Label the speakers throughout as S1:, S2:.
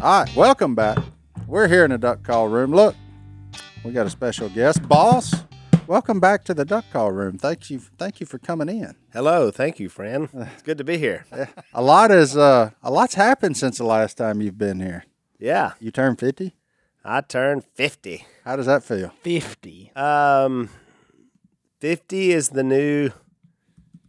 S1: All right, welcome back. We're here in the duck call room. Look, we got a special guest, boss. Welcome back to the duck call room. Thank you, thank you for coming in.
S2: Hello, thank you, Fran. It's good to be here.
S1: A lot is uh, a lot's happened since the last time you've been here.
S2: Yeah,
S1: You turned fifty.
S2: I turned 50.
S1: How does that feel?
S3: 50.
S2: Um, 50 is the new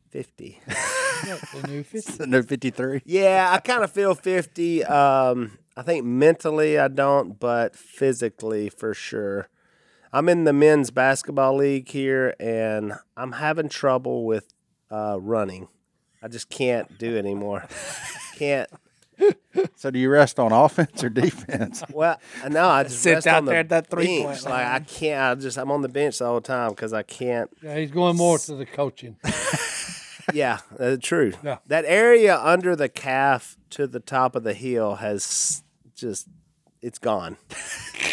S2: 50.
S3: The new 50.
S1: No, fifty-three.
S2: Yeah, I kind of feel 50. Um, I think mentally I don't, but physically for sure. I'm in the men's basketball league here and I'm having trouble with uh, running. I just can't do it anymore. can't.
S1: So, do you rest on offense or defense?
S2: Well, no, I just
S3: Sit
S2: rest
S3: out
S2: on the
S3: there at that
S2: bench.
S3: three-point
S2: Like I
S3: line.
S2: can't. I just I'm on the bench the whole time because I can't.
S4: Yeah, he's going more to the coaching.
S2: Yeah, uh, true.
S4: Yeah.
S2: That area under the calf to the top of the heel has just it's gone.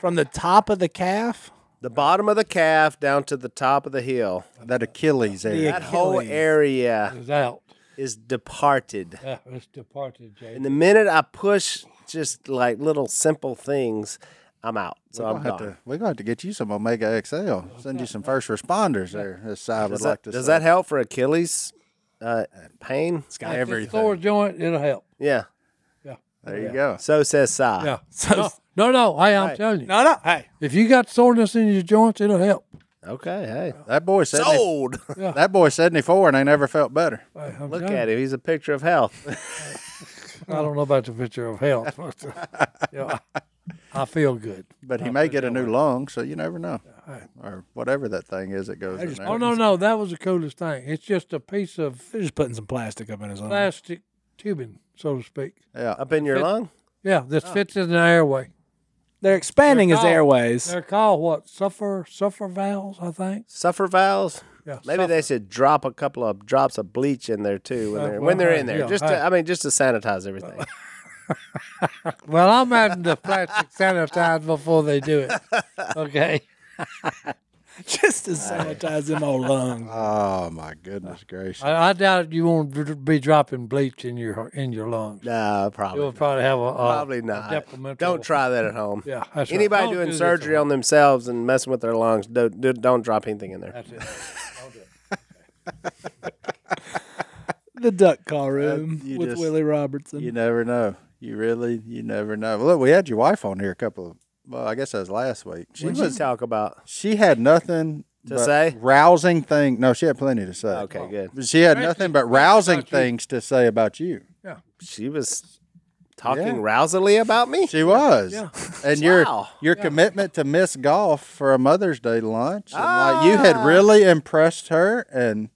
S3: From the top of the calf?
S2: The bottom of the calf down to the top of the heel.
S1: That Achilles area.
S2: That whole area
S4: It's out.
S2: is departed.
S4: Yeah, it's departed, Jay.
S2: And the minute I push just like little simple things, I'm out. So
S1: We're
S2: I'm
S1: gonna, have
S2: gone.
S1: to, we're gonna have to get you some Omega XL. Send you some first responders there. This I would
S2: Does,
S1: like
S2: that,
S1: to.
S2: does
S1: say.
S2: that help for Achilles uh, pain?
S4: If it's a sore joint, it'll help.
S2: Yeah.
S1: There you go.
S2: So says Sai.
S4: Yeah. No, no, hey, I'm telling you.
S3: No, no. Hey,
S4: If you got soreness in your joints, it'll help.
S2: Okay. Hey.
S1: That boy said
S2: Sold.
S1: that boy seventy-four and ain't never felt better.
S4: Hey, I'm
S2: Look
S4: telling
S2: at him. He's a picture of health.
S4: you. I don't know about the picture of health. but, uh, yeah, I feel good.
S1: But he may get a new lung, so you never know, or whatever that thing is that goes in there.
S4: Oh, no, no. That was the coolest thing. It's just a piece of
S3: they're just putting some plastic up in his arm.
S4: plastic tubing, so to speak.
S1: Yeah,
S2: Up in your lung?
S4: Yeah, this
S3: Oh.
S4: fits in the airway.
S3: They're expanding his
S4: They're called-
S3: airways.
S4: They're called what? Suffer, suffer valves, I think.
S2: Suffer valves?
S4: Yeah,
S2: Maybe they should drop a couple of drops of bleach in there too when
S4: Uh,
S2: they're
S4: well,
S2: when they're
S4: hey,
S2: in there.
S4: yeah,
S2: just
S4: hey. Uh,
S2: to, I mean just to sanitize everything.
S4: Well, I'm adding the plastic sanitized before they do it. Okay.
S3: just to sanitize them old lungs.
S1: Oh my goodness gracious!
S4: I, I doubt you won't dr- be dropping bleach in your in your lungs.
S2: no,
S4: It
S2: probably.
S4: will probably have a, a
S2: Probably
S4: a
S2: not.
S4: detrimental-
S2: Don't try that at home.
S4: Yeah, that's right.
S2: Anybody
S4: Don't
S2: doing
S4: do this at
S2: surgery on themselves and messing with their lungs, don't, do- don't drop anything in there.
S4: That's it.
S3: The duck call room
S1: you
S3: with
S1: just-
S3: Willie Robertson.
S1: You never know. You really, you never know. Look, we had your wife on here a couple of. Well, I guess that was last week. She
S2: What
S1: was.
S2: you talk about?
S1: She had nothing
S2: To
S1: but
S2: say?
S1: rousing thing. No, she had plenty to say.
S2: Okay, good.
S1: But she had nothing but rousing
S4: about you.
S1: things to say about you.
S2: She was talking
S1: Yeah.
S2: rousily about me.
S1: She was. And
S2: Wow.
S1: your your commitment to miss golf for a Mother's Day lunch. And like you
S2: Ah.
S1: had really impressed her and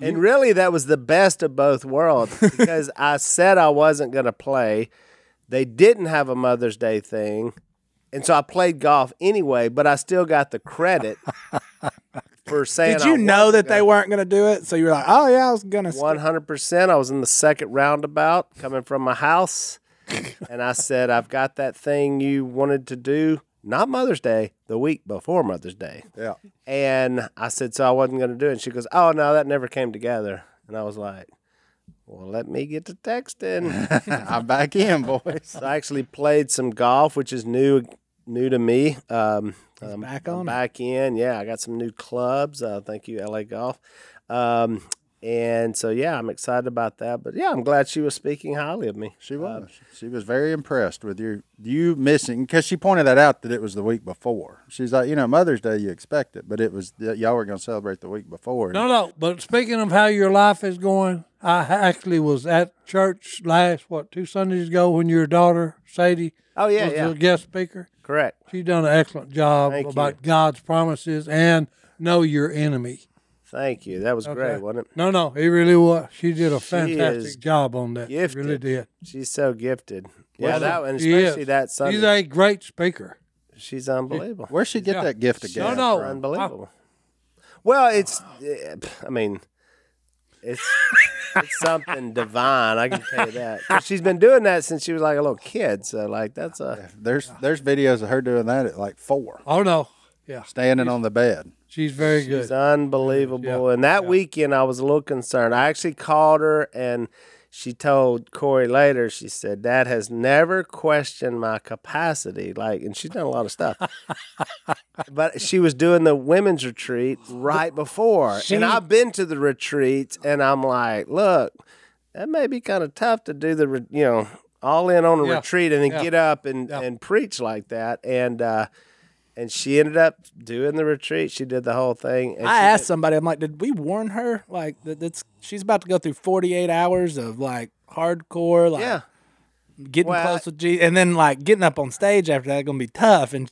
S2: And really, that was the best of both worlds because I said I wasn't going to play. They didn't have a Mother's Day thing. And so I played golf anyway, but I still got the credit for saying
S3: Did you
S2: I
S3: know that they weren't going to do it? So you were like, oh, yeah, I was going to.
S2: wasn't. 100%. I was in the second roundabout coming from my house. and I said, I've got that thing you wanted to do, not Mother's Day, the week before Mother's Day.
S1: yeah.
S2: And I said, so I wasn't going to do it. And she goes, oh, no, that never came together. And I was like, well, let me get to texting.
S1: I'm back in, boys.
S2: so I actually played some golf, which is new new to me. Um,
S3: He's back on. it.
S2: back in. Yeah, I got some new clubs. Uh, thank you, LA Golf. Um, and so yeah, I'm excited about that. But yeah, I'm glad she was speaking highly of me.
S1: She was. Um, she was very impressed with your you missing because she pointed that out that it was the week before. She's like, you know, Mother's Day, you expect it, but it was y'all were going to celebrate the week before.
S4: No, no. But speaking of how your life is going, I actually was at church last what two Sundays ago when your daughter Sadie
S2: Oh yeah,
S4: was
S2: yeah,
S4: the guest speaker.
S2: Uh, correct.
S4: She's done an excellent job
S2: Thank you.
S4: about God's promises and know your enemy.
S2: Thank you. That was great, wasn't it?
S4: No, no, he really was. She did a fantastic
S2: is
S4: job on that. She really
S2: gifted.
S4: did.
S2: She's so gifted. Yeah,
S4: Well,
S2: that Oh, and
S4: she is.
S2: especially that Sunday.
S4: She's
S2: She's,
S4: a great speaker.
S2: unbelievable.
S1: Where'd she get that gift again?
S4: No, no,
S2: Unbelievable. Well, it's. eh, I mean, it's it's something divine. I can tell you that. 'Cause She's been doing that since she was like a little kid. So like that's a
S1: There's there's videos of her doing that at like four,
S4: Oh no, yeah,
S1: standing on the bed.
S4: she's very good.
S2: it's unbelievable. And that weekend, I was a little concerned. I actually called her and. She told Corey later, she said, Dad has never questioned my capacity. Like, and she's done a lot of stuff. but she was doing the women's retreat right before. and I've been to the retreats and I'm like, look, that may be kind of tough to do the, re- you know, all in on a
S4: Yeah.
S2: retreat and then
S4: Yeah.
S2: get up and, and preach like that. And, uh, and she ended up doing the retreat. She did the whole thing. And
S3: I
S2: she-
S3: asked somebody, I'm like, did we warn her? Like that, that's she's about to go through 48 hours of like hardcore, like
S2: yeah.
S3: getting
S2: Well,
S3: close with Jesus, and then like getting up on stage after that gonna be tough, and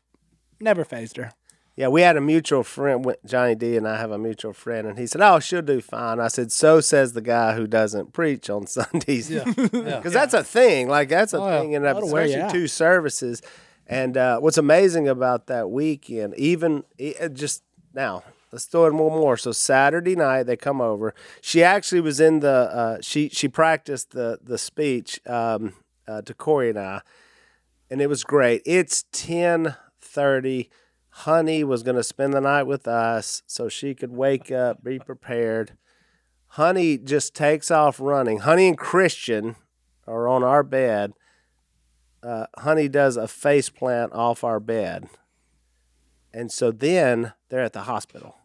S3: never phased her.
S2: Yeah, we had a mutual friend, w- Johnny D, and I have a mutual friend, and he said, "Oh, she'll do fine." I said, "So says the guy who doesn't preach on Sundays, because that's a thing. Like that's a thing, and
S3: That'll wear you
S2: especially
S3: out.
S2: two services." And uh, what's amazing about that weekend, even e- uh, just now, let's throw in one more. So Saturday night they come over. She actually was in the uh, she she practiced the the speech um, uh, to Corey and I and it was great. It's ten thirty. Honey was going to spend the night with us so she could wake up, be prepared. Honey just takes off running. Honey and Christian are on our bed. Uh, Honey does a face plant off our bed. And so then they're at the hospital.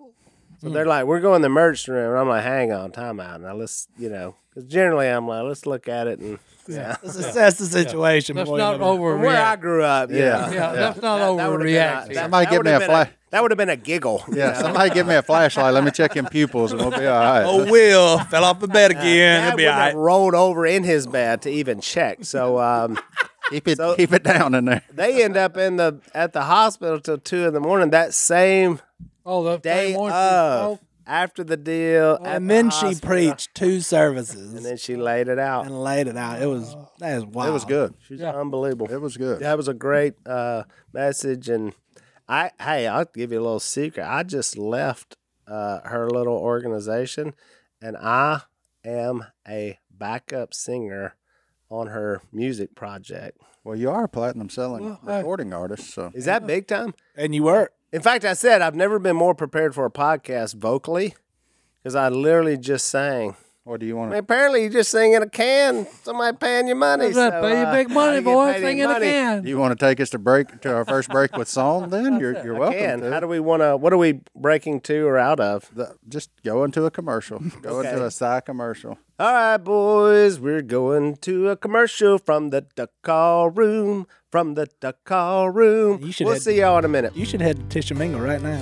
S2: So they're like, we're going to the emergency room. And I'm like, hang on, time out. Now let's, you know, because generally I'm like, let's look at it. And
S3: Let's assess the situation.
S4: Let's
S3: before you
S4: not
S3: go-
S4: overreact.
S2: where I grew up,
S1: Yeah.
S4: yeah, let's not
S2: would've been
S4: overreact.
S2: a-
S4: here.
S1: Somebody give
S2: would've
S1: me a
S2: been
S1: flash.
S2: that would have been a giggle.
S1: Yeah, somebody give me a flashlight. Let me check in pupils, and we'll be all right.
S3: Oh, Will fell off the bed again.
S2: Dad
S3: It'll be
S2: wouldn't
S3: all right.
S2: have rolled over in his bed to even check. So um,
S1: keep it keep it down in there.
S2: they end up in the at the hospital till two in the morning that same
S4: Oh, the
S2: day
S4: thing
S2: of.
S4: once you- oh,
S2: After the deal, at
S3: And
S2: the
S3: then she
S2: hospital,
S3: preached two services
S2: and then she laid it out.
S3: and laid it out. It was that is wild.
S1: Oh. It was good.
S2: She's unbelievable.
S1: It was good.
S2: That was a great uh, message, and I hey, I'll give you a little secret. I just left uh, her little organization, and I am a backup singer on her music project.
S1: Well, you are a platinum selling recording artist, so
S2: Is that big time?
S3: And you were
S2: In fact, I said I've never been more prepared for a podcast vocally because I literally just sang.
S1: what do you
S2: I
S1: want
S2: mean,
S1: to?
S2: apparently, you just sing in a can. Somebody paying you money.
S4: That's
S2: so,
S4: it. Pay your
S2: uh,
S4: big money,
S2: you get
S4: boy.
S2: paid
S4: Thing in a
S2: money.
S4: can.
S1: You want to take us to break to our first break with song? Then you're you're welcome.
S2: Can.
S1: to.
S2: How do we want to? What are we breaking to or out of?
S1: The- just go into a commercial. Go
S2: Okay.
S1: into a side commercial.
S2: All right, boys, we're going to a commercial from the duck call room. From the duck call room.
S3: You should
S2: we'll
S3: head-
S2: see y'all in a minute.
S3: you should head to Tishomingo right now.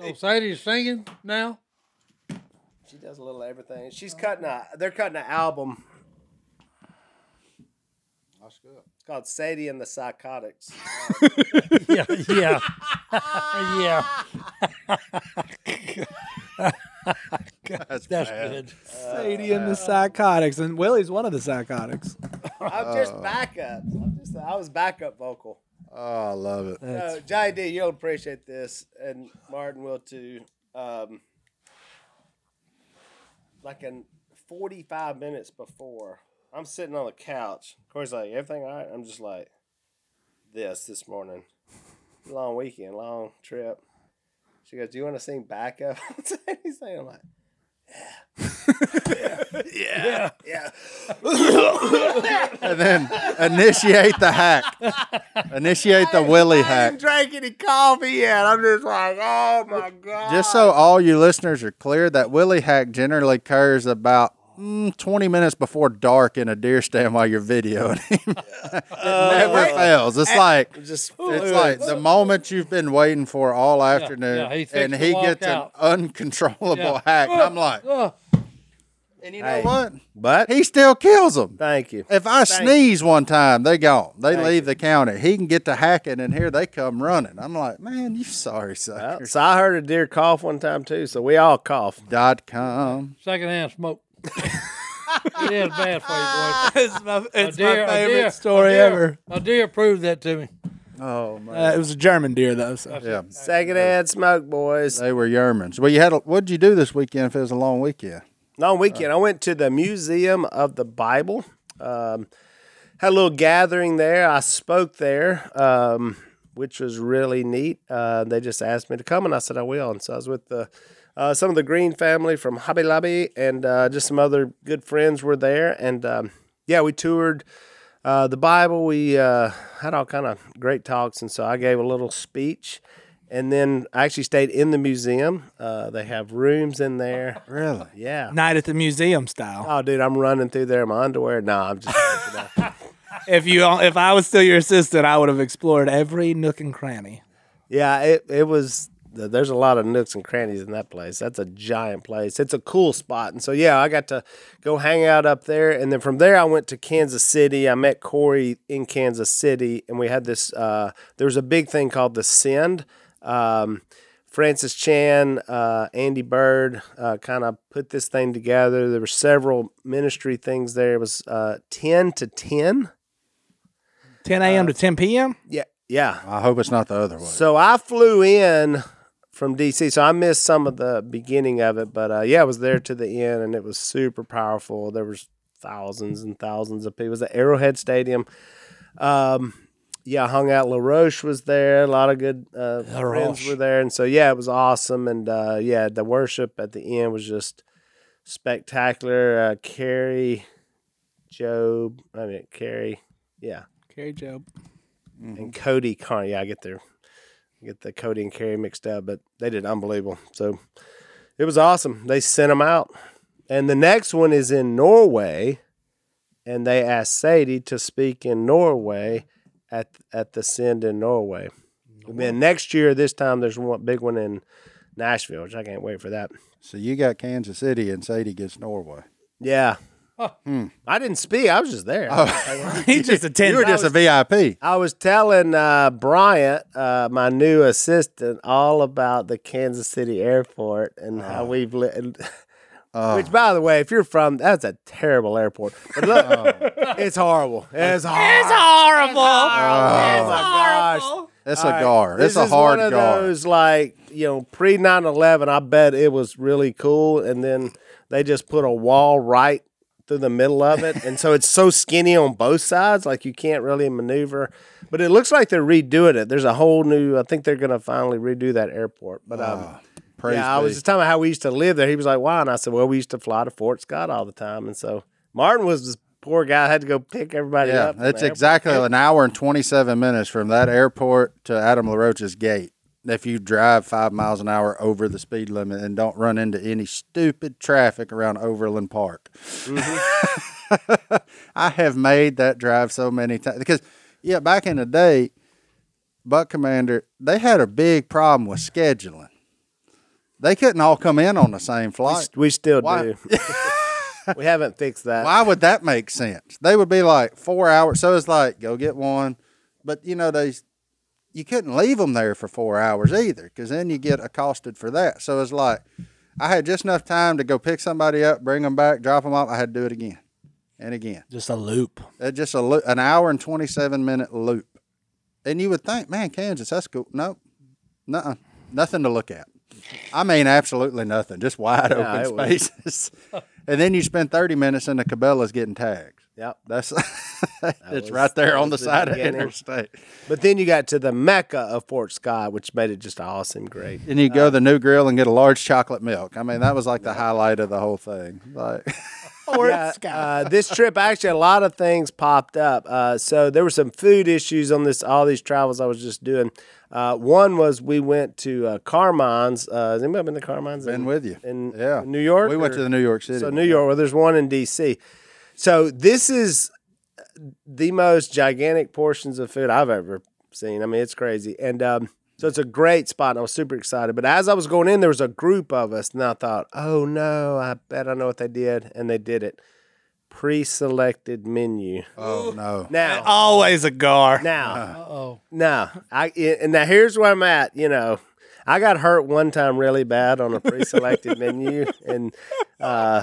S4: So Sadie's singing now.
S2: She does a little everything. She's cutting a. They're cutting an album. It's called Sadie and the Psychotics.
S4: Yeah, yeah, yeah.
S1: That's,
S4: That's good.
S1: Uh,
S3: Sadie and the psychotics, and Willie's one of the psychotics.
S2: I'm just backup. I'm just was I was backup vocal.
S1: Oh, I love it.
S2: Uh, JD, you'll appreciate this, and Martin will too. Um, like in 45 minutes before, I'm sitting on the couch. Corey's like, everything all right? I'm just like, this this morning. Long weekend, long trip. She goes, do you want to sing backup? He's saying, I'm like, yeah. yeah.
S1: And then initiate the hack. Initiate the Willie
S2: I
S1: hack.
S2: didn't drink any coffee yet. I'm just like, oh my God.
S1: Just so all you listeners are clear, that Willie hack generally occurs about mm, 20 minutes before dark in a deer stand while you're videoing him.
S4: Uh,
S1: it never fails. It's like
S2: Just
S1: it's like the moment you've been waiting for all afternoon,
S4: yeah, he
S1: and
S4: fixed
S1: he
S4: to walk
S1: gets
S4: out.
S1: an uncontrollable
S4: Yeah.
S1: hack. And I'm like,
S4: Uh,
S1: and you know
S2: Hey.
S1: what?
S2: But
S1: He still kills them.
S2: thank you.
S1: If I sneeze one time, they gone. They leave the county. He can get to hacking, and here they come running. I'm like, man, you sorry
S2: Well,
S1: sucker.
S2: Oh, so I heard a deer cough one time too, so we all cough.
S1: Dot com.
S4: secondhand smoke. it is bad for you, boy.
S3: it's my, it's
S4: A deer- a
S3: my favorite
S4: deer- a
S3: story
S4: deer-
S3: ever.
S4: A deer proved that to me.
S1: Oh man,
S3: Uh, it was a German deer though. So.
S1: yeah,
S2: Secondhand smoke, boys.
S1: they were Yermans. Well, you had. A, what'd you do this weekend? If it was a long weekend,
S2: long weekend. I went to the Museum of the Bible. Um, had a little gathering there. I spoke there, um, which was really neat. Uh, they just asked me to come, and I said I will. And so I was with the, uh, some of the Green family from Hobby Lobby, and uh, just some other good friends were there. And um, yeah, we toured uh, the Bible. We uh, had all kind of great talks, and so I gave a little speech. And then I actually stayed in the museum. Uh, they have rooms in there.
S1: really?
S2: Yeah.
S3: Night at the museum style.
S2: Oh, dude, I'm running through there in my underwear. No, I'm just.
S3: If you, if I was still your assistant, I would have explored every nook and cranny.
S2: yeah, it, it was. There's a lot of nooks and crannies in that place. That's a giant place. It's a cool spot. And so, yeah, I got to go hang out up there. And then from there, I went to Kansas City. I met Corey in Kansas City, and we had this. Uh, there was a big thing called the Send. Um, Francis Chan, uh, Andy Bird, uh, kind of put this thing together. There were several ministry things there. It was uh, 10 to 10.
S3: 10 a.m.
S1: Uh,
S3: to 10 p.m.
S2: Yeah. Yeah.
S1: I hope it's not the other way.
S2: So I flew in from DC, so I missed some of the beginning of it, but uh, yeah, I was there to the end, and it was super powerful. There was thousands and thousands of people. It was at Arrowhead Stadium. Um, yeah, I hung out. LaRoche was there. A lot of good uh, friends were there, and so yeah, it was awesome. And uh, yeah, the worship at the end was just spectacular. Uh, Carrie, Job, I mean Carrie, yeah,
S3: Carrie Job.
S2: and Cody Carney. Yeah, I get their get the Cody and Carey mixed up, but they did unbelievable. So it was awesome. They sent them out, and the next one is in Norway, and they asked Sadie to speak in Norway at at the Send in Norway. And then next year, this time there's one big one in Nashville, which I can't wait for that.
S1: So you got Kansas City, and Sadie gets Norway.
S2: Yeah. I didn't speak. I was just there.
S3: Hmm. Oh. He just
S1: You
S3: attended.
S1: were just a VIP.
S2: I was telling uh, Bryant, uh, my new assistant, all about the Kansas City airport and how we've lived. Which, by the way, if you're from, that's a terrible airport. But look, it's horrible. Oh. It's horrible. It's horrible.
S1: Uh,
S2: Oh, my gosh.
S1: It's
S2: All
S1: a
S2: right,
S1: gar.
S2: This
S1: It's a
S2: is
S1: hard
S2: one of
S1: gar.
S2: those like you know pre 9-11, I bet it was really cool, and then they just put a wall right through the middle of it, and so it's so skinny on both sides, like you can't really maneuver. But it looks like they're redoing it. There's a whole new. I think they're going to finally redo that airport. But um,
S1: Ah, Praise
S2: yeah, I was
S1: be.
S2: just talking about how we used to live there. He was like, "Why?" And I said, "Well, we used to fly to Fort Scott all the time." And so Martin was this poor guy had to go pick everybody
S1: yeah,
S2: up. from
S1: it's
S2: the airport.
S1: exactly an hour and 27 minutes from that airport to Adam LaRoche's gate. If you drive five miles an hour over the speed limit and don't run into any stupid traffic around Overland Park,
S2: Mm-hmm.
S1: I have made that drive so many times because, yeah, back in the day, Buck Commander, they had a big problem with scheduling. They couldn't all come in on the same flight.
S2: We still
S1: Why-
S2: do. we haven't fixed that.
S1: Why would that make sense? They would be like four hours. So it's like go get one, but you know they, you couldn't leave them there for four hours either, because then you get accosted for that. So it's like I had just enough time to go pick somebody up, bring them back, drop them off. I had to do it again, and again.
S3: Just a loop.
S1: That's uh, just a loop, an hour and 27 minute loop. And you would think, man, Kansas, that's cool. Nope. Nuh-uh. Nothing to look at. I mean, absolutely nothing. Just wide
S2: it
S1: open
S2: was-
S1: spaces. and then you spend 30 minutes in the Cabela's getting tags.
S2: Yep.
S1: That's it's
S2: was-
S1: right there
S2: that
S1: on the
S2: was the
S1: side of the
S2: beginning.
S1: interstate.
S2: But then you got to the mecca of Fort Scott, which made it just awesome, great.
S1: And you
S2: Uh,
S1: go to the new grill and get a large chocolate milk. I mean, that was like the highlight of the whole thing. Like,
S2: Yeah, uh, this trip, actually, a lot of things popped up. Uh, so there were some food issues on this. All these travels I was just doing. Uh, one was we went to uh, Carmine's. Uh, has anybody been to Carmine's?
S1: been
S2: in-
S1: with you.
S2: in
S1: yeah.
S2: New York.
S1: We went
S2: or-
S1: to the New York City.
S2: So
S1: one.
S2: New York. Well, there's one in D.C. So this is the most gigantic portions of food I've ever seen. I mean, it's crazy, and um, so it's a great spot. And I was super excited. But as I was going in, there was a group of us, and I thought, "Oh no, I bet I know what they did," and they did it. Pre-selected menu.
S1: Oh, no.
S2: Now,
S3: Always a gar.
S2: now,
S4: Oh,
S2: no, I and now here's where I'm at. You know, I got hurt one time really bad on a pre-selected menu, and uh,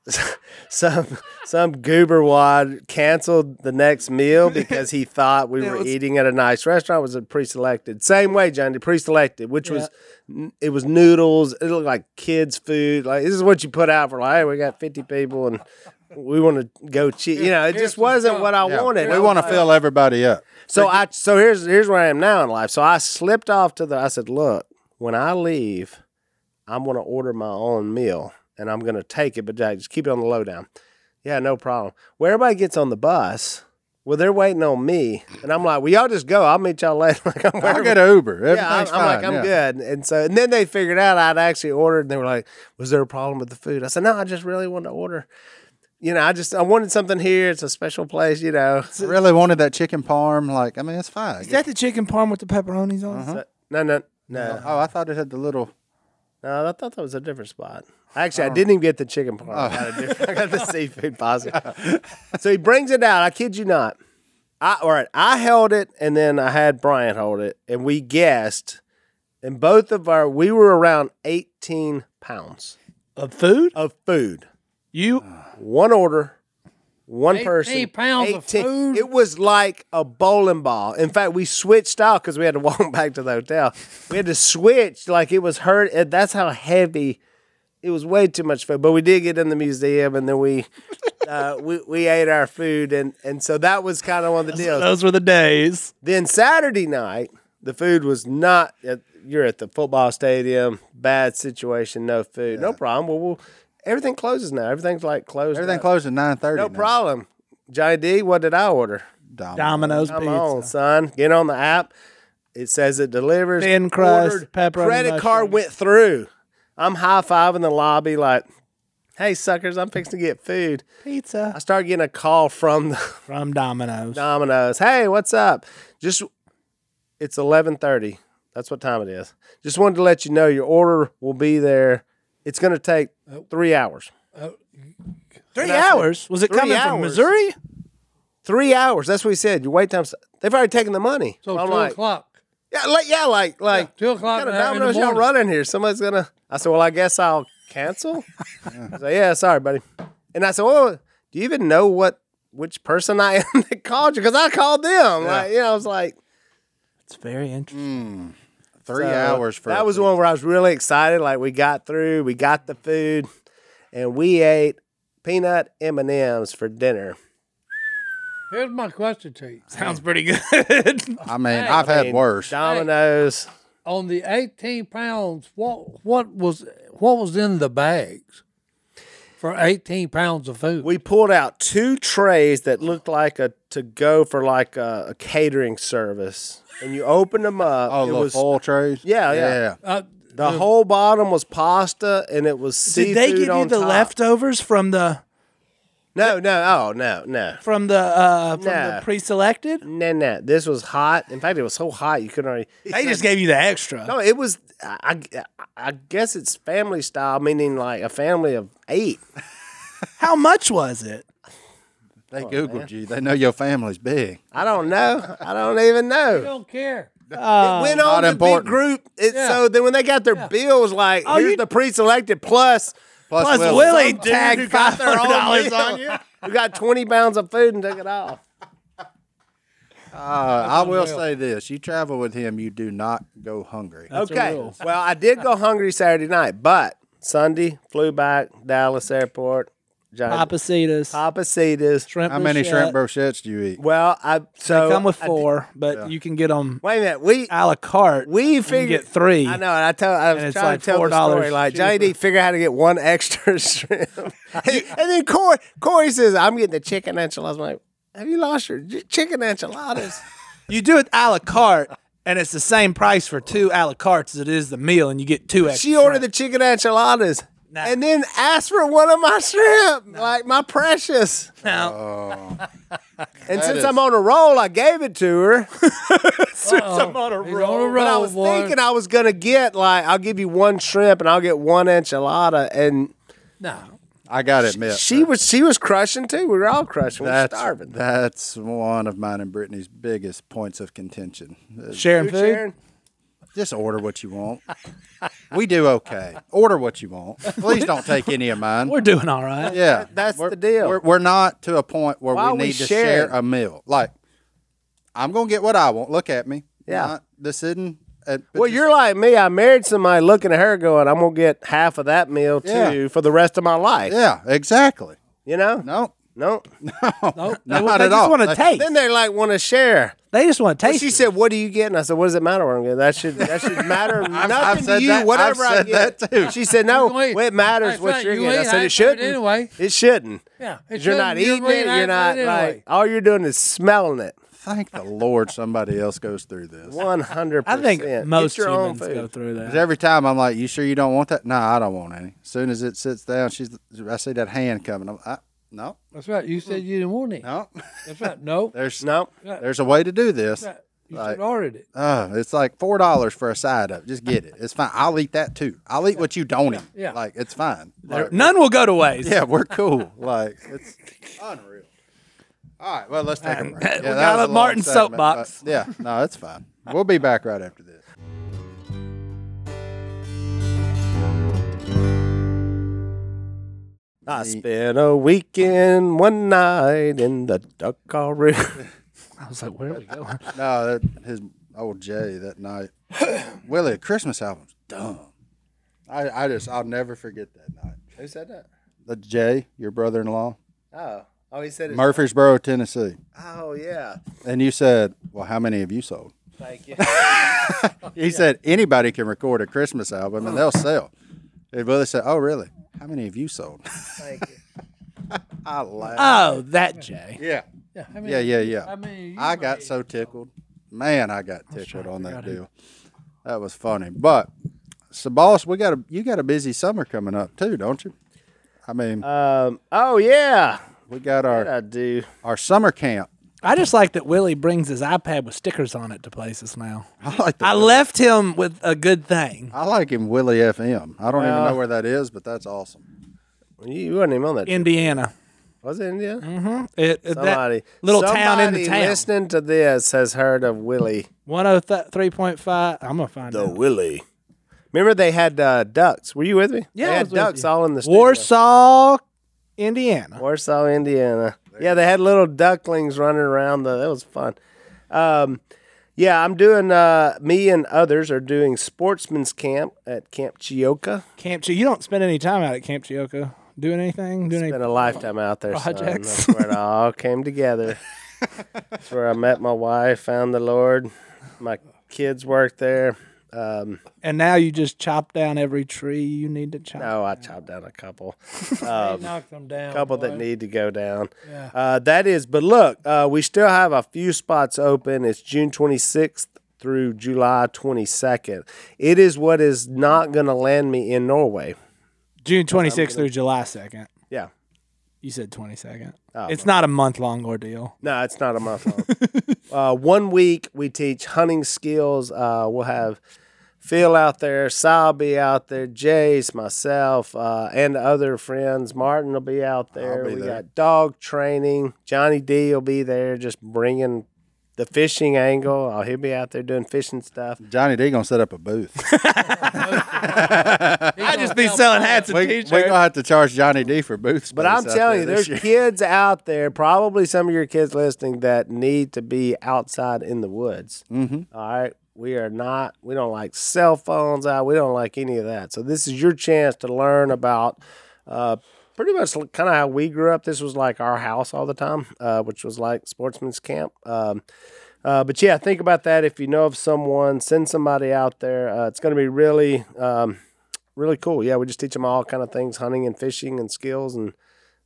S2: some some goober wad canceled the next meal because he thought we were
S3: was-
S2: eating at a nice restaurant. It was a pre-selected, same way, Johnny, pre-selected, which was n- it was noodles. It looked like kids' food. Like this is what you put out for. Like, hey, we got fifty people and. We want to go cheat. You know, it just wasn't what I
S1: Yeah.
S2: wanted.
S1: We
S2: I
S1: want to
S2: was like,
S1: fill everybody up.
S2: so I so here's here's where I am now in life. So I slipped off to the I said, look, when I leave, I'm gonna order my own meal and I'm gonna take it, but Jack, just keep it on the lowdown. Yeah, no problem. Where everybody gets on the bus, well, they're waiting on me, and I'm like, well, y'all just go. I'll meet y'all later. Like I'm
S1: I'll
S2: wherever-
S1: get an Uber.
S2: yeah, I'm,
S1: Everything's
S2: I'm like,
S1: fine,
S2: I'm
S1: yeah.
S2: good. And so, and then they figured out I'd actually ordered, and they were like, "Was there a problem with the food?" I said, "No, I just really wanted to order. You know, I just I wanted something here. It's a special place. You know,
S1: I really wanted that chicken parm. Like, I mean, it's fine.
S3: Is that the chicken parm with the pepperonis on?
S1: Uh-huh.
S3: it?
S2: no, no, no.
S1: oh, I thought it had the little.
S2: No, I thought that was a different spot. Actually, I, didn't even get the chicken parm. I, got a different- I got the seafood pasta. so he brings it out. I kid you not. I, all right, I held it, and then I had Brian hold it, and we guessed, and both of our we were around eighteen pounds
S3: Of food?
S2: of food.
S3: You
S2: One order, one
S4: 18
S2: person.
S4: pounds of food?
S2: It was like a bowling ball. In fact, we switched out because we had to walk back to the hotel. We had to switch like it was hurt. and That's how heavy. It was way too much food, but we did get in the museum, and then we uh, we we ate our food, and and so that was kind of one of the deals.
S3: those were the days.
S2: Then Saturday night, the food was not. At, you're at the football stadium. Bad situation. No food. No problem. Well, we'll everything closes now. Everything's like closed.
S1: Everything
S2: up.
S1: closed at nine thirty.
S2: No problem. Johnny D, what did I order?
S3: Domino's
S2: Come
S3: pizza.
S2: on, son. Get on the app. It says it delivers.
S3: Thin crust,
S2: Ordered.
S3: pepperoni
S2: Credit card
S3: mushrooms.
S2: went through. I'm high five in the lobby, like, hey, suckers, I'm fixing to get food. I
S3: Pizza
S2: start getting a call from the
S3: from Domino's.
S2: Domino's. Hey, what's up? Just it's eleven thirty. That's what time it is. Just wanted to let you know your order will be there. It's gonna take three hours.
S3: Three hours? Was it
S2: Three
S3: coming from
S2: hours.
S3: Missouri?
S2: Three hours. That's what he said. Your wait times. They've already taken the money.
S4: so
S2: I'm
S4: two
S2: like,
S4: o'clock.
S2: Yeah, like yeah, like like
S4: two o'clock
S2: Kind of
S4: in the
S2: dominoes y'all
S4: morning.
S2: running here. Somebody's gonna. I said, well, I guess I'll cancel. I said, yeah, sorry, buddy. And I said, well, do you even know what which person I am that called you? Because I called them. Like you know, I was like.
S3: It's very interesting.
S1: Three
S2: So,
S1: hours for
S2: uh, that was one where I was really excited. Like we got through, we got the food, and we ate peanut M and M's for dinner.
S4: Here's my question to you:
S3: Mm. Sounds pretty good.
S1: I mean, I've had
S2: And
S1: worse.
S2: Domino's.
S4: On the eighteen pounds, what what was what was in the bags for eighteen pounds of food?
S2: We pulled out two trays that looked like a to go for like a, a catering service, and you opened them up.
S1: Oh,
S2: it
S1: the
S2: was
S1: foil trays.
S2: Yeah, yeah.
S4: uh,
S2: the whole bottom was pasta, and it was
S3: Did
S2: seafood
S3: they give you
S2: on
S3: the
S2: top.
S3: leftovers from the
S2: No, no, oh no, no.
S3: from the uh from the
S2: Nah.
S3: pre-selected?
S2: No, no, this was hot. In fact, it was so hot you couldn't already.
S3: They just gave you the extra.
S2: No, it was. I, I- I guess it's family style, meaning like a family of eight.
S3: How much was it?
S1: They
S2: Oh,
S1: googled you. They know your family's big.
S2: I don't know. I don't even
S4: I
S2: know.
S4: don't care.
S2: it went
S3: Um,
S1: Not
S2: on the big
S1: important.
S2: group. It,
S4: Yeah.
S2: So then when they got their bill, bills, like here's
S3: Oh, you-
S2: the pre-selected plus
S1: Plus, Uh,
S3: Plus
S1: Willie.
S3: Willie
S1: Some dude
S3: tagged
S1: who got their own
S3: $500
S1: meal.
S3: on
S1: you.
S2: We got 20 pounds of food and took it off.
S1: I will say this: you travel with him, you do not go hungry.
S3: That's a
S2: okay.
S3: rule.
S2: Well, I did go hungry Saturday night, but Sunday flew back Dallas Airport. Johnny,
S3: Papacitas,
S2: Papa Cedars.
S3: shrimp.
S1: How many shrimp
S3: bruschetta.
S1: brochettes do you eat?
S2: Well, I
S3: They
S2: so
S3: come with
S2: I did-
S3: four, but you can get them
S2: wait a minute. We
S3: a la carte.
S2: We
S3: You can
S2: figured-
S3: get three.
S2: I know, and I tell I was
S3: And it's
S2: trying
S3: like
S2: to tell the
S3: $4
S2: story. Like Johnny D figure out how to get one extra shrimp, and, then Corey Corey says, "I'm getting the chicken enchiladas." I'm like, "Have you lost your j- chicken enchiladas?"
S3: You do it a la carte, and it's the same price for two a la cartes as it is the meal, and you get two extra.
S2: she ordered the chicken enchiladas,
S3: Nah.
S2: and then asked for one of my shrimp, like my precious.
S3: Now,
S2: And since
S1: is-
S2: I'm on a roll, I gave it to her.
S3: I'm on a
S4: He's on a
S3: roll.
S2: But I
S4: roll,
S2: was
S4: boy.
S2: thinking I was gonna get like I'll give you one shrimp and I'll get one enchilada, and
S4: no.
S1: I gotta admit,
S2: she was she was crushing too. We were all crushing. We were
S1: that's
S2: starving.
S1: that's one of mine and Brittany's biggest points of contention. is
S3: Sharing
S2: Food
S3: food.
S2: sharing?
S1: Just order what you want. we do okay. Order what you want. Please don't take any of mine.
S3: We're doing all right.
S1: yeah,
S2: that's
S1: We're-
S2: the deal.
S1: We're, we're not to a point where
S2: Why
S1: we
S2: we
S1: need to share
S2: sharing?
S1: a meal. Like, I'm gonna get what I want. Look at me.
S2: Yeah.
S1: Not- this isn't. uh, but
S2: Well,
S1: just-
S2: you're like me. I married somebody looking at her going, I'm going to get half of that meal too
S1: Yeah.
S2: for the rest of my life.
S1: Yeah, exactly.
S2: You know?
S1: No,
S2: No.
S3: Nope. They
S1: Not
S3: wa-
S1: at
S3: they
S1: all.
S3: just want
S1: They-
S3: to taste.
S2: Then they like want to share.
S3: They just want to
S2: Well,
S3: taste.
S2: she
S3: it.
S2: said, What are you getting? I said, What does it matter what I'm getting? That should, that should matter nothing
S1: I've
S2: to
S1: said
S2: you,
S1: that- I've
S2: whatever I
S1: said
S2: get.
S1: that, too.
S2: She said, No,
S4: You ain't-
S2: well, it matters
S4: that's
S2: what
S4: right,
S2: you're
S4: you
S2: getting. I
S4: ain't
S2: said,
S4: having
S2: It
S4: it
S2: shouldn't.
S4: anyway."
S2: It shouldn't.
S4: Yeah. it
S2: You're not
S4: shouldn't- you
S2: eating
S4: ain't
S2: it. You're
S4: having
S2: not
S4: anyway.
S2: like, all you're doing is smelling it.
S1: thank the Lord somebody else goes through this.
S2: 100%.
S3: I think
S2: Get
S3: most
S2: your own
S3: humans
S2: food.
S3: go through that.
S1: 'Cause every time I'm like, "You sure you don't want that?" No, I don't want any. As soon as it sits down, she's. I see that hand coming. I'm, I, no,
S4: That's right. You said you didn't want it.
S1: no.
S4: That's right. No.
S1: There's
S2: No.
S1: There's a way to do this.
S4: That's right. You
S1: Like-
S4: should ordered it.
S1: Uh, it's like four dollars for a side of. it. Just get it. It's fine. I'll eat that too. I'll eat what you don't eat.
S4: Yeah.
S1: Like it's fine. Like,
S3: None will go to waste.
S1: yeah, we're cool. Like it's unreal. All right. Well, let's take a break. Yeah, that
S3: We got
S1: was
S3: a
S1: a long
S3: Martin
S1: segment, but
S3: soapbox.
S1: Yeah. No, it's fine. We'll be back right after this.
S2: I spent a weekend, one night in the Dakar.
S3: I was like, where are we going?
S1: No, that, his old Jay that night. Willie, Christmas album's dumb. I, I just I'll never forget that night.
S2: Who said that?
S1: The Jay, your brother-in-law,
S2: Oh, oh, he said it.
S1: Murfreesboro, Tennessee,
S2: oh, yeah.
S1: and you said, "Well, how many have you sold?"
S2: Thank you.
S1: He said, "Anybody can record a Christmas album and they'll sell." And Willie said, "Oh, really? How many have you sold?"
S2: Thank you.
S1: I laughed.
S3: Oh, that Jay.
S1: yeah,
S4: Yeah. I mean,
S1: yeah, yeah, yeah.
S4: I mean, you
S1: I got so tickled. Man, I got tickled on that deal. That was funny. But so boss, we got a you got a busy summer coming up too, don't you? I mean,
S2: Um, oh, yeah.
S1: we got
S2: What I
S1: our
S2: do.
S1: our summer camp.
S3: I just like that Willie brings his iPad with stickers on it to places now.
S1: I like the,
S3: I left him with a good thing
S1: I like him Willie FM. I don't even know where that is, but that's awesome.
S2: You, you weren't even on that.
S3: Indiana.
S2: was it Indiana?
S3: It, it- Mm-hmm. that
S2: Somebody.
S3: little
S2: somebody
S3: town in the town.
S2: listening to this has heard of Willie.
S3: 103.5. I'm going to find out.
S2: Willie. Remember they had uh, ducks. Were you with me? They
S3: Yeah, I
S2: had
S3: was with
S2: ducks
S3: you.
S2: all in the studio.
S3: Warsaw, Indiana.
S2: Warsaw, Indiana. Yeah, they had little ducklings running around. The, that was fun. Um, yeah, I'm doing. Uh, me and others are doing sportsman's camp at Camp Chioka.
S3: Camp Chi- You don't spend any time out at Camp Chioka doing anything? Doing
S2: Spent
S3: any-
S2: a lifetime out there. son.
S3: Projects.
S2: That's where it all came together. That's where I met my wife, found the Lord. My kids worked there. Um,
S3: and now you just chop down every tree you need to chop.
S2: oh, I chopped down a couple.
S4: knock them down.
S2: couple that
S4: boy.
S2: need to go down. Uh, that is, but look, uh, we still have a few spots open. It's June 26th through July 22nd. It is what is not going to land me in Norway.
S3: June 26th through July 2nd.
S2: Yeah.
S3: You said 22nd.
S2: Oh,
S3: it's not a month long ordeal.
S2: No, it's not a month long. uh, one week we teach hunting skills. Uh, we'll have Phil out there, Sal be out there, Jace, myself, uh, and other friends. Martin will be out there.
S1: be
S2: we
S1: there.
S2: got dog training. Johnny D will be there, just bringing the fishing angle. Oh, he'll be out there doing fishing stuff.
S1: Johnny D gonna set up a booth.
S5: I just be selling hats and
S1: we we
S5: t-shirts.
S1: gonna have to charge Johnny D for booth.
S2: But I'm telling you, there's kids out there, probably some of your kids listening, that need to be outside in the woods. Mm-hmm. right. We are not, we don't like cell phones out. We don't like any of that. So this is your chance to learn about uh, pretty much kind of how we grew up. This was like our house all the time, uh, which was like sportsman's camp. Um, uh, but yeah, think about that. If you know of someone, send somebody out there. Uh, it's going to be really, um, really cool. Yeah, we just teach them all kind of things, hunting and fishing and skills, and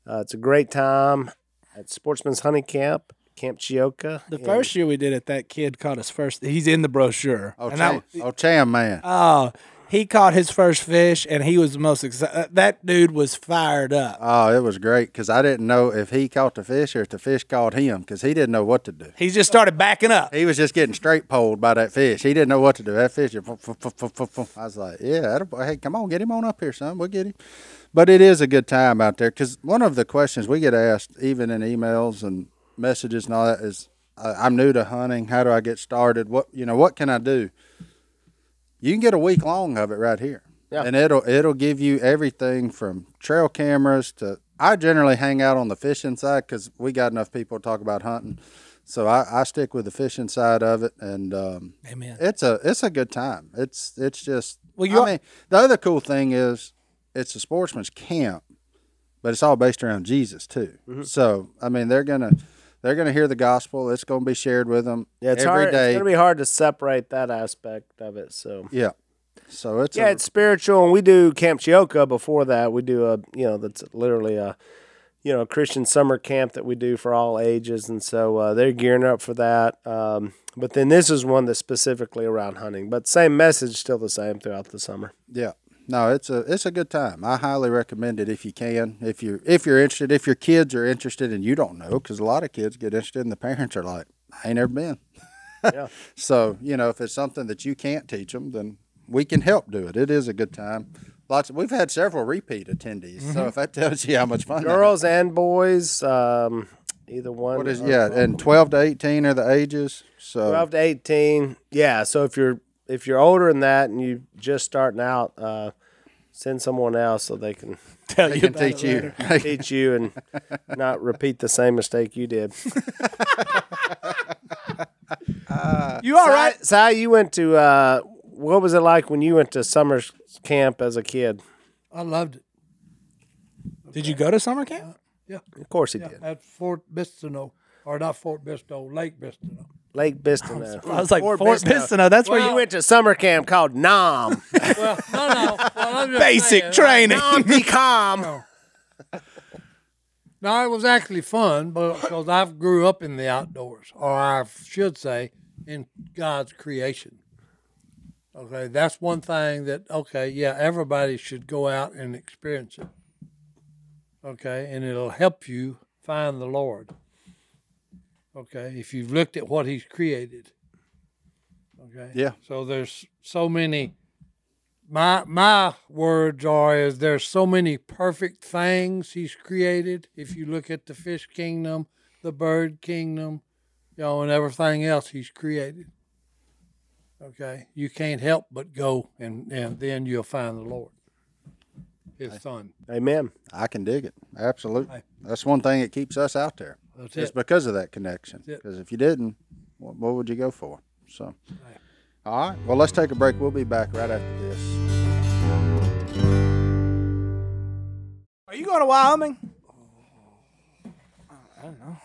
S2: uh, it's a great time at Sportsman's Hunting Camp, Camp Chioka.
S3: The first year we did it, that kid caught his first. He's in the brochure.
S1: Oh,
S3: And
S1: Cham, oh, Cham man.
S2: Uh,
S3: Oh, he caught his first fish, and he was the most excited. That dude was fired up.
S1: oh, it was great because I didn't know if he caught the fish or if the fish caught him because he didn't know what to do.
S3: He just started backing up.
S1: He was just getting straight pulled by that fish. He didn't know what to do. That fish, just f- f- f- f- f- I was like, yeah, that'll, hey, come on, get him on up here, son. We'll get him. But it is a good time out there because one of the questions we get asked, even in emails and messages and all that, is I- I'm new to hunting. How do I get started? What you know? What can I do? You can get a week long of it right here,
S2: Yeah.
S1: and it'll it'll give you everything from trail cameras to. I generally hang out on the fishing side because we got enough people to talk about hunting, so I, I stick with the fishing side of it, and um,
S3: Amen.
S1: it's a it's a good time. It's it's just well,
S3: Well, you
S1: you
S3: are-
S1: I mean, the other cool thing is it's a sportsman's camp, but it's all based around Jesus too.
S2: Mm-hmm.
S1: So I mean, they're gonna they're gonna hear the gospel. It's gonna be shared with them
S2: Yeah, it's
S1: every
S2: hard.
S1: day.
S2: It's going to be hard to separate that aspect of it. So
S1: yeah, so it's
S2: yeah,
S1: a-
S2: it's spiritual, and we do Camp Chioka. Before that, we do a you know that's literally a you know Christian summer camp that we do for all ages, and so uh, they're gearing up for that. Um, but then this is one that's specifically around hunting, but same message, still the same throughout the summer.
S1: yeah. No, it's a it's a good time. I highly recommend it if you can. If you if you're interested, if your kids are interested and you don't know, because a lot of kids get interested and the parents are like, I ain't never been.
S2: Yeah,
S1: So, you know, if it's something that you can't teach them, then we can help do it. It is a good time. Lots of, we've had several repeat attendees. So if that tells you how much fun that is.
S2: girls and boys, um, either one.
S1: what is
S2: or
S1: yeah,
S2: both.
S1: and uh, 12 to 18 are the ages. So
S2: 12 to 18 yeah so if you're if you're older than that and you just starting out uh send someone else so they can
S3: Tell
S1: they
S3: you
S1: can
S3: about it
S1: teach you.
S3: later.
S2: teach you and not repeat the same mistake you did
S3: You all
S2: all
S3: right?
S2: right si you went to uh what was it like when you went to summer camp as a kid
S4: I loved it.
S3: Did you go to summer camp?
S2: of course he
S4: Yeah,
S2: did
S4: at Fort Bistineau, or not Fort Bistineau, Lake Bistineau.
S2: lake
S3: I
S2: bistineau
S3: was like Fort, Bistineau. That's where
S2: you
S3: you went.
S2: went to summer camp called nom
S4: Well, no, no. Well, I'm just
S3: Basic
S4: saying,
S3: training.
S2: nom decom
S4: No, it was actually fun because I grew up in the outdoors, or I should say, in God's creation. Okay, that's one thing that, okay, yeah, everybody should go out and experience it. Okay, and it'll help you find the Lord. Okay, if you've looked at what He's created. Okay.
S1: Yeah.
S4: So there's so many. My my words are is there's so many perfect things he's created. If you look at the fish kingdom, the bird kingdom, you know, and everything else he's created. Okay, you can't help but go, and and then you'll find the Lord, His Son.
S2: amen
S1: I can dig it. Absolutely. That's one thing that keeps us out there.
S4: That's
S1: It's
S4: it.
S1: because of that connection.
S4: That's it.
S1: Because if you didn't, what, what would you go for? So, all right. Well, let's take a break. We'll be back right after this.
S3: Are you going to Wyoming?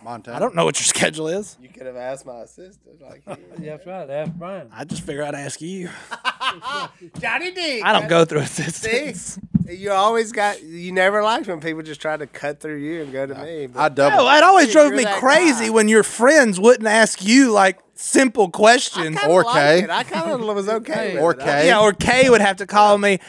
S1: Montana.
S3: I don't know what your schedule is.
S2: you could have asked my assistant like
S4: That's right. Ask Brian.
S3: I just figure I'd ask you. Johnny D. I don't go through assistance.
S2: You always got. You never liked when people just try to cut through you and go to me.
S1: I
S2: But
S1: double.
S3: No, it always drove
S2: You're
S3: me
S2: that
S3: crazy
S2: guy.
S3: when your friends wouldn't ask you like simple questions.
S1: or K.
S2: I kind of was okay. with
S1: Or
S2: it. I-
S1: K.
S3: Yeah, or Kay would have to call me.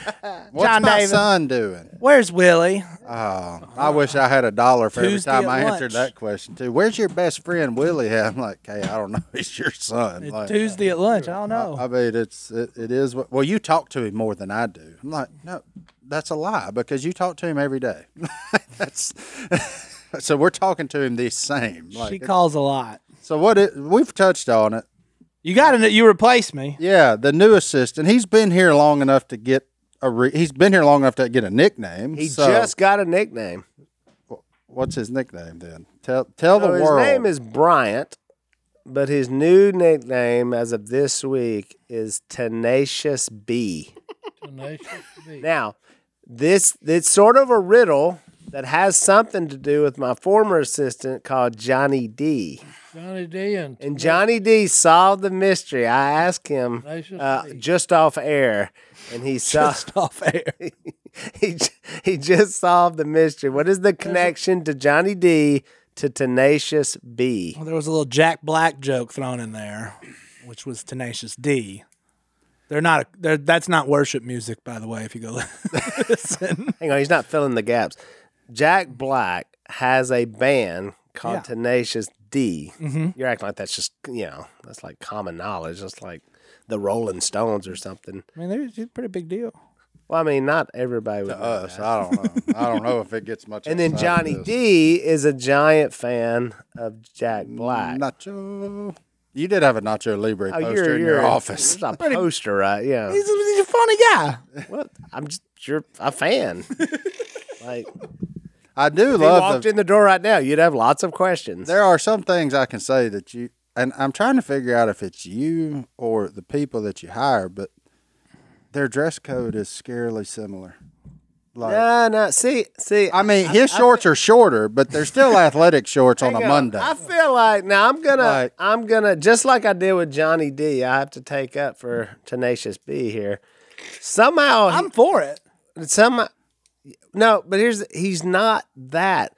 S1: What's
S3: John
S1: my
S3: David.
S1: son doing?
S3: Where's Willie?
S1: Oh, I wish I had a dollar for
S3: Uh, Tuesday
S1: every time
S3: at
S1: I
S3: lunch.
S1: answered that question too. Where's your best friend Willie? At? I'm like, hey, I don't know. It's your son. Like,
S3: Tuesday at lunch. uh, I don't know.
S1: I mean, it's it, it is. what- Well, you talk to him more than I do. I'm like, no, that's a lie because you talk to him every day. that's so we're talking to him the same. Like,
S3: she calls a lot.
S1: So what it, we've touched on it.
S3: You got to you replace me.
S1: Yeah, the new assistant. He's been here long enough to get a. Re- he's been here long enough to get a nickname.
S2: He
S1: so-
S2: just got a nickname.
S1: What's his nickname then? Tell tell
S2: So
S1: the
S2: Oh, his
S1: world.
S2: name is Bryant, but his new nickname as of this week is Tenacious B.
S4: Tenacious B.
S2: Now, this it's sort of a riddle that has something to do with my former assistant called Johnny D.
S4: Johnny D and
S2: And Johnny D solved the mystery. I asked him
S4: Tenacious
S2: uh,
S4: D.
S2: just off air, and he solved.
S3: Off air.
S2: he j- he just solved the mystery. What is the connection to Johnny D to Tenacious B?
S3: Well, there was a little Jack Black joke thrown in there, which was Tenacious D. They're not. They're, that's not worship music, by the way. If you go listen,
S2: Hang on, he's not filling the gaps. Jack Black has a band called
S3: Yeah. Mm-hmm.
S2: Tenacious D. You're acting like that's just you know that's like common knowledge. That's like the Rolling Stones or something.
S3: I mean, there's- it's a pretty big deal.
S2: Well, I mean, not everybody would. know
S1: us.
S2: that.
S1: I don't know. I don't know if it gets much.
S2: And then
S1: outside of
S2: Johnny
S1: this.
S2: D is a giant fan of Jack Black.
S1: Nacho. You did have a Nacho Libre
S2: Oh,
S1: poster
S2: you're-
S1: in
S2: you're-
S1: your office.
S2: It's a poster, right? Yeah.
S3: He's a, he's a funny guy.
S2: What? I'm just you're a fan. like if you
S1: I do love
S2: walked
S1: the,
S2: in the door right now, you'd have lots of questions.
S1: there are some things I can say that you and I'm trying to figure out if it's you or the people that you hire, but their dress code is scarily similar. Like
S2: No, no. See, see.
S1: I mean, his shorts are shorter, but they're still athletic shorts on a
S2: Hang
S1: Monday.
S2: I feel like now I'm gonna
S1: Like-
S2: I'm gonna just like I did with Johnny D. I have to take up for Tenacious B here. Somehow,
S3: I'm for it.
S2: some no, but here's he's not that.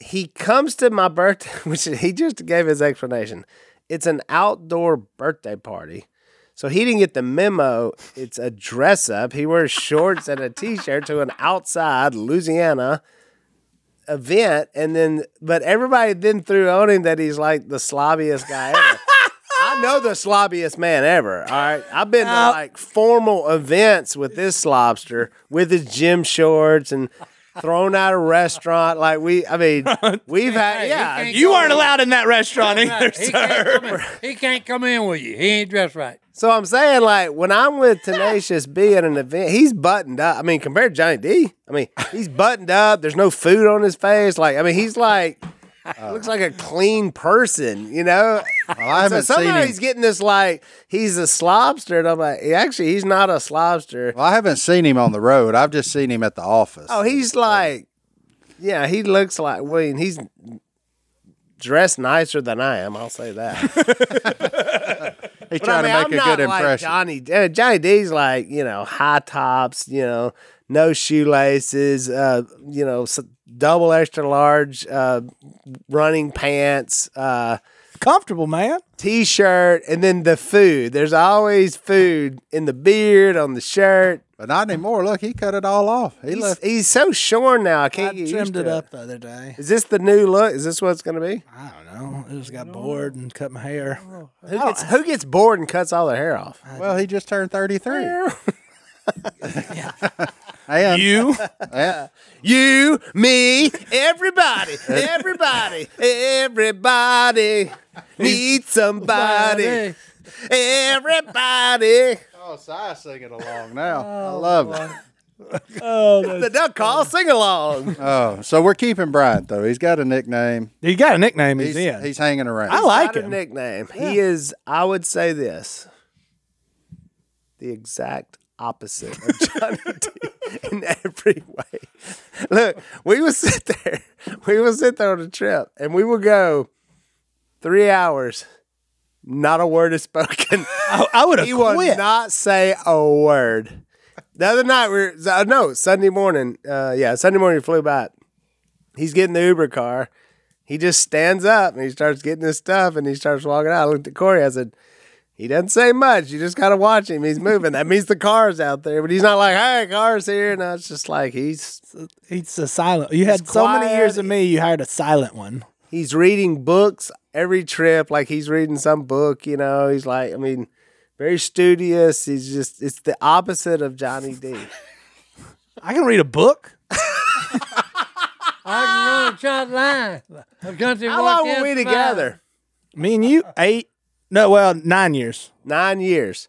S2: He comes to my birthday, which he just gave his explanation. It's an outdoor birthday party. So he didn't get the memo. It's a dress up. He wears shorts and a t shirt to an outside Louisiana event. And then, but everybody then threw on him that he's like the slobbiest guy ever. I know the slobbiest man ever. All right. I've been to like formal events with this slobster with his gym shorts and thrown out of restaurant. Like we, I mean, we've had,
S4: Hey,
S2: yeah.
S4: he can't
S3: You
S4: go in.
S3: aren't allowed in that restaurant either,
S4: Right, he, can't
S3: sir.
S4: come in. he can't come in with you. He ain't dressed right.
S2: So I'm saying, like, when I'm with Tenacious B at an event, he's buttoned up. I mean, compared to Johnny D, I mean, he's buttoned up. There's no food on his face. Like, I mean, he's like, looks like a clean person, you know?
S1: Well, Uh. I
S2: So
S1: haven't seen
S2: somehow
S1: him.
S2: he's getting this, like, he's a slobster. And I'm like, actually, he's not a slobster.
S1: Well, I haven't seen him on the road. I've just seen him at the office.
S2: Oh, he's like, yeah, he looks like, well, and he's dressed nicer than I am. I'll say that.
S1: he's
S2: But I
S1: trying
S2: mean,
S1: to make
S2: I'm
S1: a good
S2: not like
S1: impression.
S2: Johnny uh, Johnny D's like you know high tops, you know, no shoelaces, uh, you know, s- double extra large uh, running pants, uh,
S3: Comfortable man.
S2: t-shirt, and then the food. There's always food in the beard on the shirt.
S1: but not anymore. Look, he cut it all off. He
S2: He's,
S1: left.
S2: he's so shorn now. I can't
S3: I
S2: get used
S3: trimmed
S2: to
S3: it
S2: it
S3: up the other day.
S2: Is this the new look? Is this what it's going to be?
S3: I don't know. I just got bored and cut my hair.
S2: Who gets, who gets bored and cuts all their hair off?
S1: Well, he just turned 33. and,
S3: You?
S1: and-
S2: You, me, everybody, everybody, everybody needs somebody. Everybody.
S1: oh, Sai singing along now.
S2: Oh,
S1: I love it.
S2: The duck call sing along.
S1: Oh, so we're keeping Bryant though. He's got a nickname.
S3: He got a nickname. He's,
S1: He's
S3: in.
S1: he's hanging around.
S3: I like
S2: Got a
S3: him.
S2: nickname. He is, I would say this, the exact opposite of Johnny D in every way. Look, we would sit there, we would sit there on a trip and we would go three hours, not a word is spoken.
S3: I, I would have
S2: he will
S3: quit.
S2: not say a word. The other night we were uh, no Sunday morning. Uh, yeah, Sunday morning we flew back. He's getting the Uber car. He just stands up and he starts getting his stuff and he starts walking out. I looked at Corey. I said, "He doesn't say much. You just gotta watch him. He's moving. That means the car's out there, but he's not like, hey, car's here.' No, it's just like he's
S3: He's a silent. You had
S2: He's
S3: so many
S2: quiet.
S3: years of me. You hired a silent one.
S2: he's reading books every trip like he's reading some book you know he's like i mean very studious he's just it's the opposite of johnny d
S3: I can read a book.
S4: I can run a shot line. A country
S2: how
S4: walk
S2: long were
S4: in
S2: we
S4: five.
S2: together
S3: Me and you, eight. No, well, nine years.
S2: Nine years.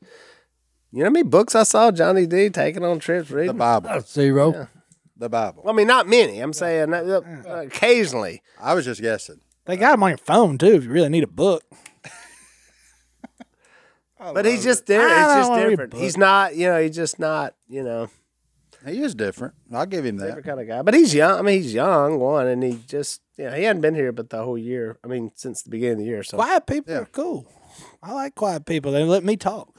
S2: You know how many books I saw Johnny D taking on trips
S1: The
S2: reading?
S1: Bible.
S4: Zero.
S1: The Bible.
S2: Well, I mean, not many. I'm saying that, uh, occasionally.
S1: I was just guessing.
S3: They got them on your phone too. If you really need a book,
S2: But he's just different.
S3: I
S2: He's
S3: don't
S2: just
S3: wanna read
S2: different.
S3: books.
S2: He's not, you know, he's just not, you know,
S1: He is different. I'll give him that.
S2: different kind of guy. But he's young. I mean, he's young, one, and he just, you know, he hadn't been here but the whole year. I mean, since the beginning of the year. So
S3: quiet people are cool. I like quiet people. They let me talk.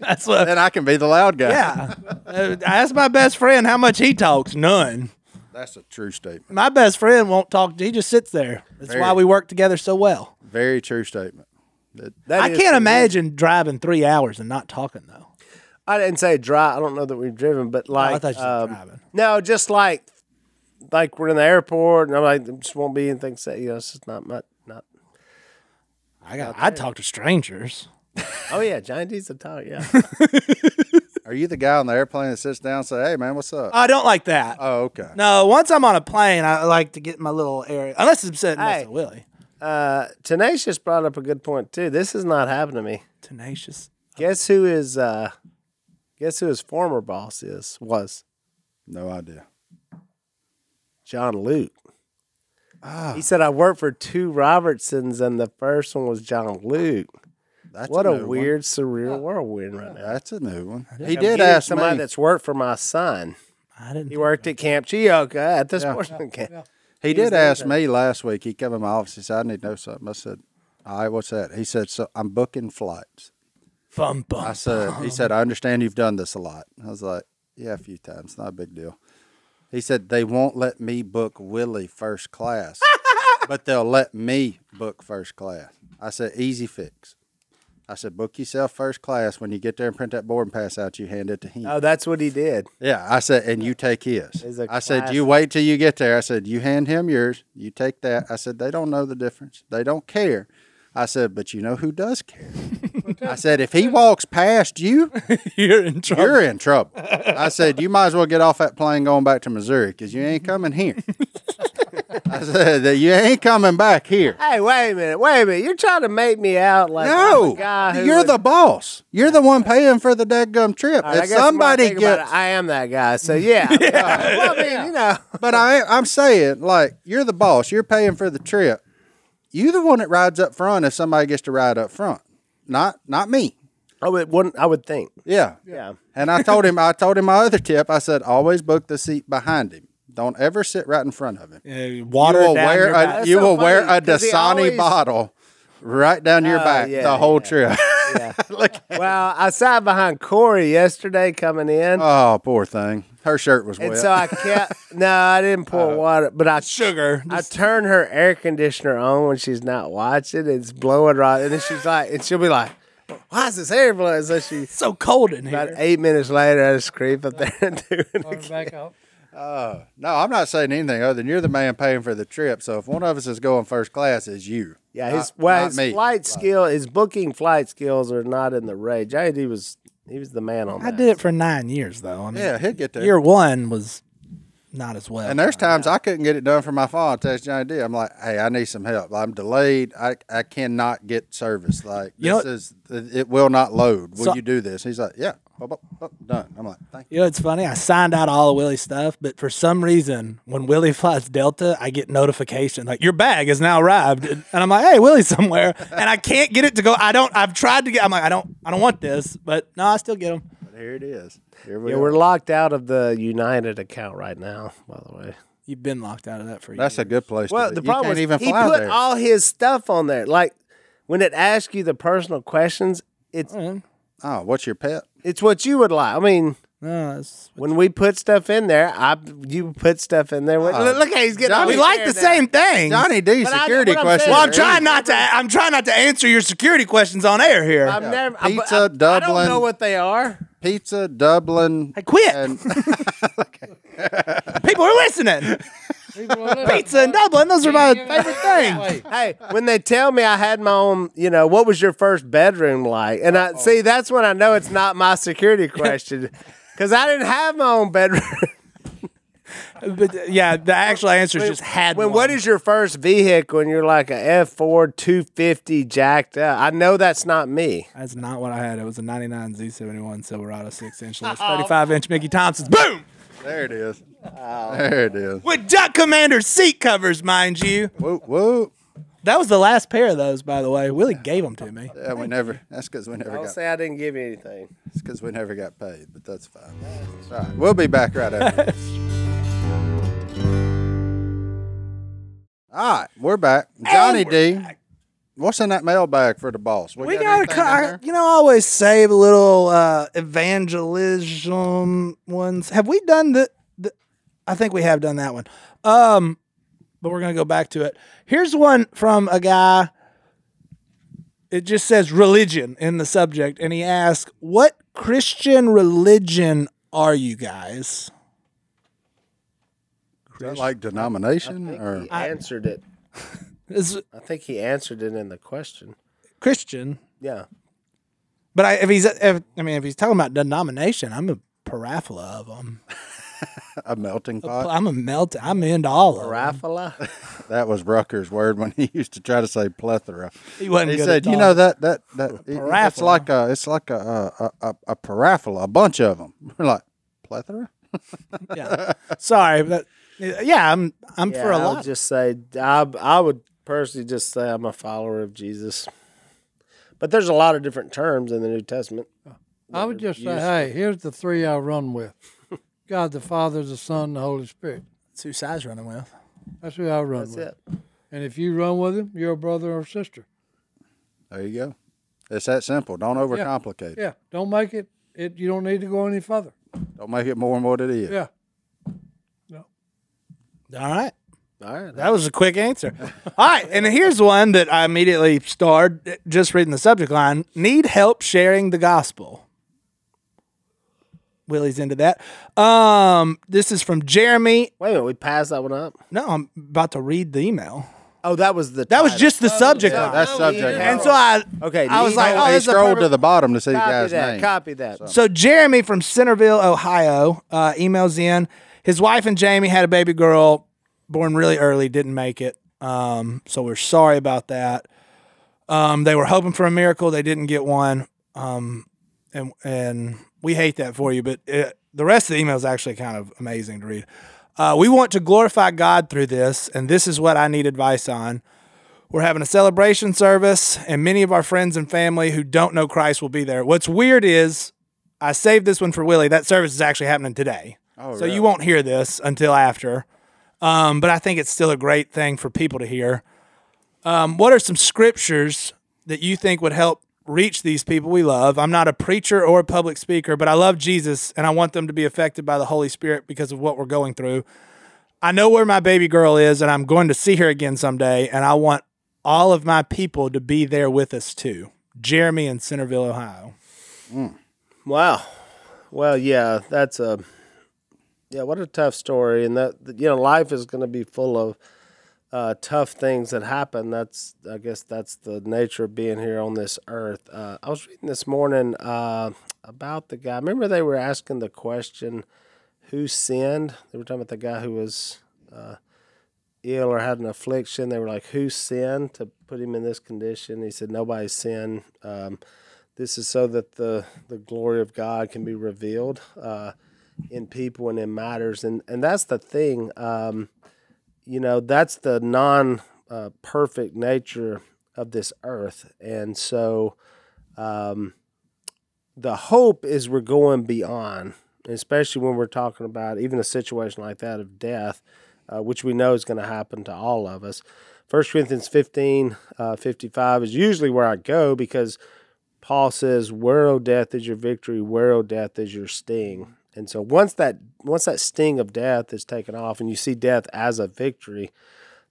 S3: That's what.
S1: Then I can be the loud guy.
S3: Yeah, Uh, I asked my best friend how much he talks. None.
S1: That's a true statement.
S3: My best friend won't talk. He just sits there. That's why we work together so well.
S1: Very true statement.
S2: that
S3: I
S2: is-
S3: can't imagine driving three hours and not talking though.
S2: I didn't say drive. I don't know that we've driven, but like,
S3: I thought you said
S2: um,
S3: driving.
S2: no, just like, like we're in the airport, and I'm like, there just won't be anything said. You know, it's just not, not, not.
S3: I got. I talk to strangers.
S2: Oh yeah, Johnny D's a talk. Yeah,
S1: Are you the guy on the airplane that sits down and say, "Hey, man, what's up"?
S2: Uh,
S3: I don't like that.
S1: oh, okay.
S3: No, once I'm on a plane, I like to get in my little area. Unless it's sitting next
S2: Hey.
S3: to Willie.
S2: uh, Tenacious brought up a good point too. This has not happened to me.
S3: Tenacious.
S2: Guess who is? Uh, guess who his former boss is? Was
S1: No idea.
S2: John Luke.
S1: Ah.
S2: He said I worked for two Robertsons, and the first one was John Luke.
S1: That's
S2: what a
S1: new
S2: weird, surreal world we're in right
S1: One.
S2: now.
S1: That's a new one. He
S2: I'm
S1: did
S2: getting
S1: ask
S2: somebody
S1: me.
S2: that's worked for my son.
S3: I didn't.
S2: He worked at Camp Chioka at the sports camp.
S1: He did ask me last week. He came in my office. He said, "I need to know something." I said, "All right, what's that?" He said, "So I'm booking flights."
S3: Bum bum.
S1: I said, "He said, I understand you've done this a lot." I was like, "Yeah, a few times. Not a big deal." He said, "They won't let me book Willie first class, but they'll let me book first class." I said, "Easy fix." I said, "Book yourself first class. When you get there and print that board and pass out, you hand it to him."
S2: Oh, that's what he did.
S1: Yeah, I said, and you take his.
S2: It's a
S1: I said, you wait till you get there. I said, you hand him yours. You take that. I said, they don't know the difference. They don't care. I said, but you know who does care? I said, if he walks past you,
S3: You're in trouble.
S1: you're in trouble. I said, you might as well get off that plane going back to Missouri because you ain't coming here. I said, that you ain't coming back here.
S2: Hey, wait a minute, wait a minute. You're trying to make me out like I'm
S1: No,
S2: the guy who
S1: you're
S2: was-
S1: the boss. You're the one paying for the dadgum trip.
S2: All right, I
S1: if
S2: guess when I
S1: somebody
S2: think about it,
S1: gets
S2: I am that guy. So yeah, well, I mean, you know,
S1: But I, I'm saying, like, you're the boss. You're paying for the trip. You the one that rides up front if somebody gets to ride up front, not not me.
S2: I would, wouldn't, I would think.
S1: Yeah.
S2: Yeah,
S1: And I told him, I told him my other tip. I said, always book the seat behind him. Don't ever sit right in front of him.
S3: Uh,
S1: You
S3: water
S1: will
S3: down
S1: wear
S3: your
S1: a,
S3: back.
S1: you
S2: so
S1: will wear a
S2: funny, 'cause he
S1: Dasani
S2: always-
S1: bottle right down your
S2: Oh,
S1: back
S2: yeah,
S1: the whole
S2: yeah.
S1: trip.
S2: yeah. well, I sat behind Corey yesterday coming in,
S1: oh, poor thing. Her shirt was
S2: and
S1: wet.
S2: so I kept. no, I didn't
S1: Uh-huh.
S2: pour water, but I
S3: sugar.
S2: I turn her air conditioner on when she's not watching. It's blowing right, and then she's like, and she'll be like, "Why is this air blowing?" So she
S3: It's so cold in
S2: about
S3: here.
S2: eight minutes later, I just creep up there and do it.
S1: Oh,
S4: Turn
S2: Again.
S4: back up.
S1: no, I'm not saying anything other than you're the man paying for the trip. So if one of us is going first class, it's you.
S2: Yeah,
S1: Not-
S2: his well,
S1: not
S2: his
S1: me.
S2: flight skill, his booking flight skills are not in the rage. JD was he was the man on
S3: I
S2: that.
S3: did it for nine years though. I mean,
S1: Yeah, he'll get there.
S3: year one was not as well.
S1: And there's times I couldn't get it done for my phone. I text Johnny D. I'm like, hey, I need some help. I'm delayed. I, I cannot get service. Like
S3: You know
S1: this is it will not load. Will
S3: So-
S1: you do this? He's like, yeah, Bop, bop, bop, done. I'm like, thank you.
S3: you know, it's funny. I signed out all of Willie's stuff, but for some reason, when Willie flies Delta, I get notification like your bag is now arrived, and I'm like, "Hey, Willie's somewhere," and I can't get it to go. I don't. I've tried to get. I'm like, I don't. I don't want this, but no, I still get them.
S1: But here it is. Here we
S2: Yeah,
S1: are.
S2: we're locked out of the United account right now. By the way,
S3: You've been locked out of that for years.
S1: That's a good place.
S2: well,
S1: to be.
S2: the
S1: You
S2: problem
S1: can't
S2: is
S1: even
S2: he
S1: fly
S2: put
S1: there.
S2: all his stuff on there. Like when it asks you the personal questions, it's
S1: oh, what's your pet?
S2: it's what you would like. I mean.
S3: No, it's-
S2: When we put stuff in there, I you put stuff in there.
S1: Uh,
S2: Look how he's getting. all
S3: we
S2: these
S3: like
S2: hair
S3: the
S2: down.
S3: same thing.
S1: Johnny D.
S2: But I-
S1: Security
S2: what I'm
S1: question.
S2: saying-
S3: Well, I'm
S2: There
S3: trying not to. I'm trying not to answer your security questions on air here.
S2: I'm never I- but
S1: Pizza,
S2: I, I
S1: Dublin.
S2: don't know what they are.
S1: Pizza, Dublin.
S3: I quit.
S1: And
S3: People are listening.
S4: People are living.
S3: Pizza in Dublin. Those are my favorite things.
S4: Wait,
S2: Hey, when they tell me I had my own, you know, what was your first bedroom like? And I see that's when I know it's not my security question because I didn't have my own bedroom.
S3: But uh, yeah, the actual answer is just had.
S2: When
S3: one.
S2: what is your first vehicle and you're like a F Ford 250 jacked up? I know that's not me.
S3: That's not what I had. It was a '99 Z71 Silverado six inch, 35 inch Mickey Thompson. Boom!
S1: There it is. There it is.
S3: With Duck Commander seat covers, mind you.
S1: Whoop whoop.
S3: That was the last pair of those, by the way. Willie gave them to me.
S1: Yeah, we never. That's because we never
S2: Don't
S1: got.
S2: say I didn't give you anything.
S1: It's because we never got paid, but that's fine. All right, we'll be back right after. this. All right, we're back. Johnny D, what's in that mailbag for the boss?
S3: We got
S1: anything
S3: to,
S1: in
S3: co-
S1: there?
S3: you know, I always save a little uh, evangelism ones. Have we done the, the? I think we have done that one. Um, but we're gonna go back to it. Here's one from a guy. It just says religion in the subject, and he asks, "What Christian religion are you guys?"
S1: Is that like denomination or
S2: He answered it.
S3: Is
S2: I think he answered it in the question.
S3: Christian?
S2: Yeah.
S3: But I, if he's, if, I mean, if he's talking about denomination, I'm a parabola of them.
S1: a melting pot?
S3: I'm a melt. I'm into all of 'em.
S2: Rafala?
S1: That was Rucker's word when he used to try to say plethora.
S3: He wasn't.
S1: He
S3: good
S1: said,
S3: at
S1: "You know
S3: talking.
S1: that that that it- it's
S3: Parabola.
S1: like a it's like a a, a, a paraphala, a bunch of them. We're like plethora.
S3: yeah. Sorry, but yeah, I'm I'm
S2: Yeah,
S3: for a
S2: I
S3: lot.
S2: would just say I, I would personally just say I'm a follower of Jesus. But there's a lot of different terms in the New Testament.
S4: I would just say, hey, here's the three I run with God the Father, the Son, and the Holy Spirit.
S3: That's who size running with.
S4: That's who I run
S2: That's
S4: with.
S2: it.
S4: And if you run with him, you're a brother or sister.
S1: There you go. It's that simple. Don't overcomplicate. it.
S4: Yeah. Don't make it, it you don't need to go any further.
S1: Don't make it more than what it is.
S4: Yeah.
S3: All right.
S2: All right.
S3: That was a quick answer. All right, and here's one that I immediately starred just reading the subject line. Need help sharing the gospel. Willie's into that. Um, this is from Jeremy.
S2: Wait a minute. We passed that one up.
S3: No, I'm about to read the email.
S2: Oh, that was the.
S3: That was
S2: title.
S3: just the subject
S1: Oh, Yeah,
S3: line.
S1: that's subject.
S3: and so I
S2: Okay,
S3: I was
S2: need
S3: like,
S2: help-
S3: oh,
S1: he
S3: this is a
S1: scrolled
S3: perfect-
S1: to the bottom to see the
S2: Copy
S1: guy's
S2: that.
S1: name.
S2: Copy that.
S3: So Jeremy from Centerville, Ohio, uh, emails in. His wife and Jamie had a baby girl, born really early, didn't make it. Um, so we're sorry about that. Um, they were hoping for a miracle, they didn't get one. Um, and and we hate that for you. But it, the rest of the email is actually kind of amazing to read. Uh, we want to glorify God through this, and this is what I need advice on. We're having a celebration service, and many of our friends and family who don't know Christ will be there. What's weird is I saved this one for Willie. That service is actually happening today. so you won't hear this until after. Um, but I think it's still a great thing for people to hear. Um, what are some scriptures that you think would help reach these people we love? I'm not a preacher or a public speaker, but I love Jesus and I want them to be affected by the Holy Spirit because of what we're going through. I know where my baby girl is and I'm going to see her again someday. And I want all of my people to be there with us too. Jeremy in Centerville, Ohio.
S2: Wow. Well, yeah, that's a yeah. What a tough story, and that you know, life is going to be full of uh, tough things that happen. That's I guess that's the nature of being here on this earth. Uh, I was reading this morning uh, about the guy. Remember they were asking the question, "Who sinned?" They were talking about the guy who was uh, ill or had an affliction, they were like, "Who sinned to put him in this condition?" He said, "Nobody sinned. Um, this is so that the the glory of God can be revealed uh, in people and in matters." And and that's the thing. Um, you know, that's the non uh, perfect nature of this earth, and so um, the hope is we're going beyond, especially when we're talking about even a situation like that of death, uh, which we know is going to happen to all of us. 1 Corinthians 15 uh, 55 is usually where I go because Paul says, Where, O death, is your victory? Where, O death, is your sting? And so once that once that sting of death is taken off and you see death as a victory,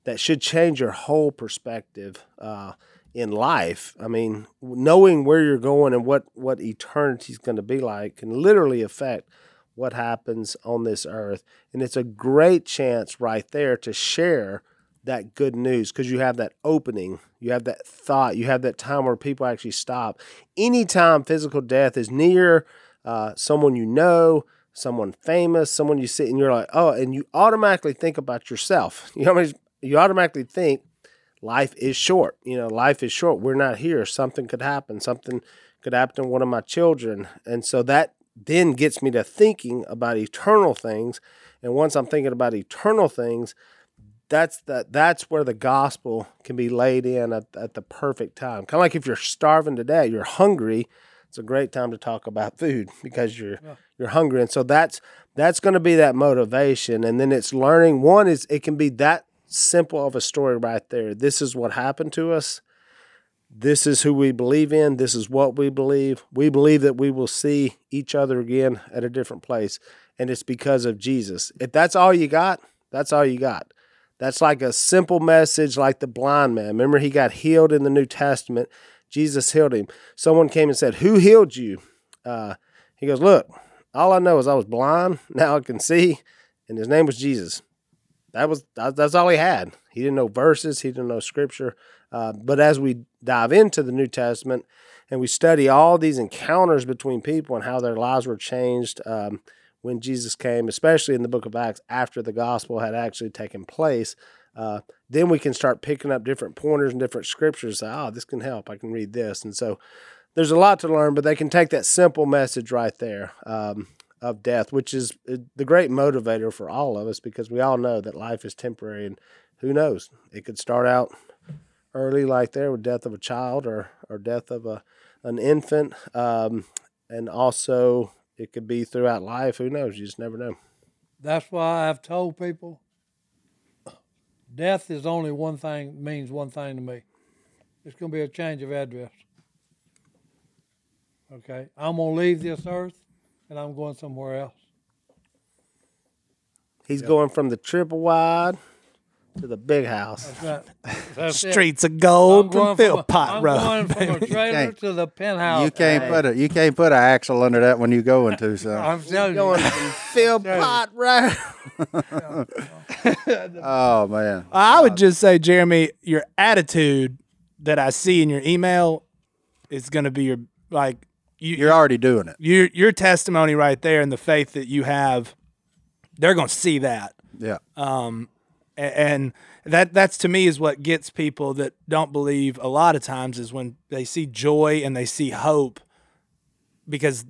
S2: that should change your whole perspective uh, in life. I mean, knowing where you're going and what what eternity is going to be like can literally affect what happens on this earth, and it's a great chance right there to share that good news because you have that opening, you have that thought, you have that time where people actually stop. Anytime physical death is near, uh, someone you know, someone famous, someone you sit and you're like, oh, and you automatically think about yourself. You always, you automatically think life is short. You know, life is short. We're not here. Something could happen. Something could happen to one of my children, and so that then gets me to thinking about eternal things. And once I'm thinking about eternal things, that's the that's where the gospel can be laid in at, at the perfect time. Kind of like if you're starving today, you're hungry. It's a great time to talk about food because you're you're hungry, and so that's that's going to be that motivation. And then it's learning. One is it can be that simple of a story right there. This is what happened to us. This is who we believe in. This is what we believe. We believe that we will see each other again at a different place, and it's because of Jesus. If that's all you got, that's all you got. That's like a simple message, like the blind man. Remember, he got healed in the New Testament. Jesus healed him. Someone came and said, Who healed you? Uh, he goes, Look, all I know is I was blind. Now I can see. And his name was Jesus. That was that, that's all he had. He didn't know verses. He didn't know scripture. Uh, but as we dive into the New Testament and we study all these encounters between people and how their lives were changed um, when Jesus came, especially in the Book of Acts after the gospel had actually taken place, uh, then we can start picking up different pointers and different scriptures. Say, oh, this can help. I can read this, and so there's a lot to learn. But they can take that simple message right there. Um, of death, which is uh, the great motivator for all of us because we all know that life is temporary and who knows? It could start out early, like there with death of a child or, or death of a, an infant. Um, and also, it could be throughout life. Who knows? You just never know.
S4: That's why I've told people death is only one thing, means one thing to me. It's going to be a change of address. Okay? I'm going to leave this earth and I'm going somewhere else.
S2: He's going from the triple wide to the big house.
S4: That's right. That's it.
S3: Streets of
S4: I'm
S3: gold
S4: going
S3: from
S4: from, a,
S3: Philpot
S4: I'm
S3: Road.
S4: going from a trailer
S1: can't-
S4: to the penthouse.
S1: You can't put a you can't put an axle under that when you go into something.
S4: I'm telling
S2: Going
S4: you.
S2: from Phil Pot Road.
S1: Oh man,
S3: I would just say, Jeremy, your attitude that I see in your email is going to be your like you,
S1: you're already doing it.
S3: your your testimony right there and the faith that you have. They're going to see that,
S1: Yeah,
S3: Uh, A- and that that's to me is what gets people that don't believe. A lot of times is when they see joy and they see hope, because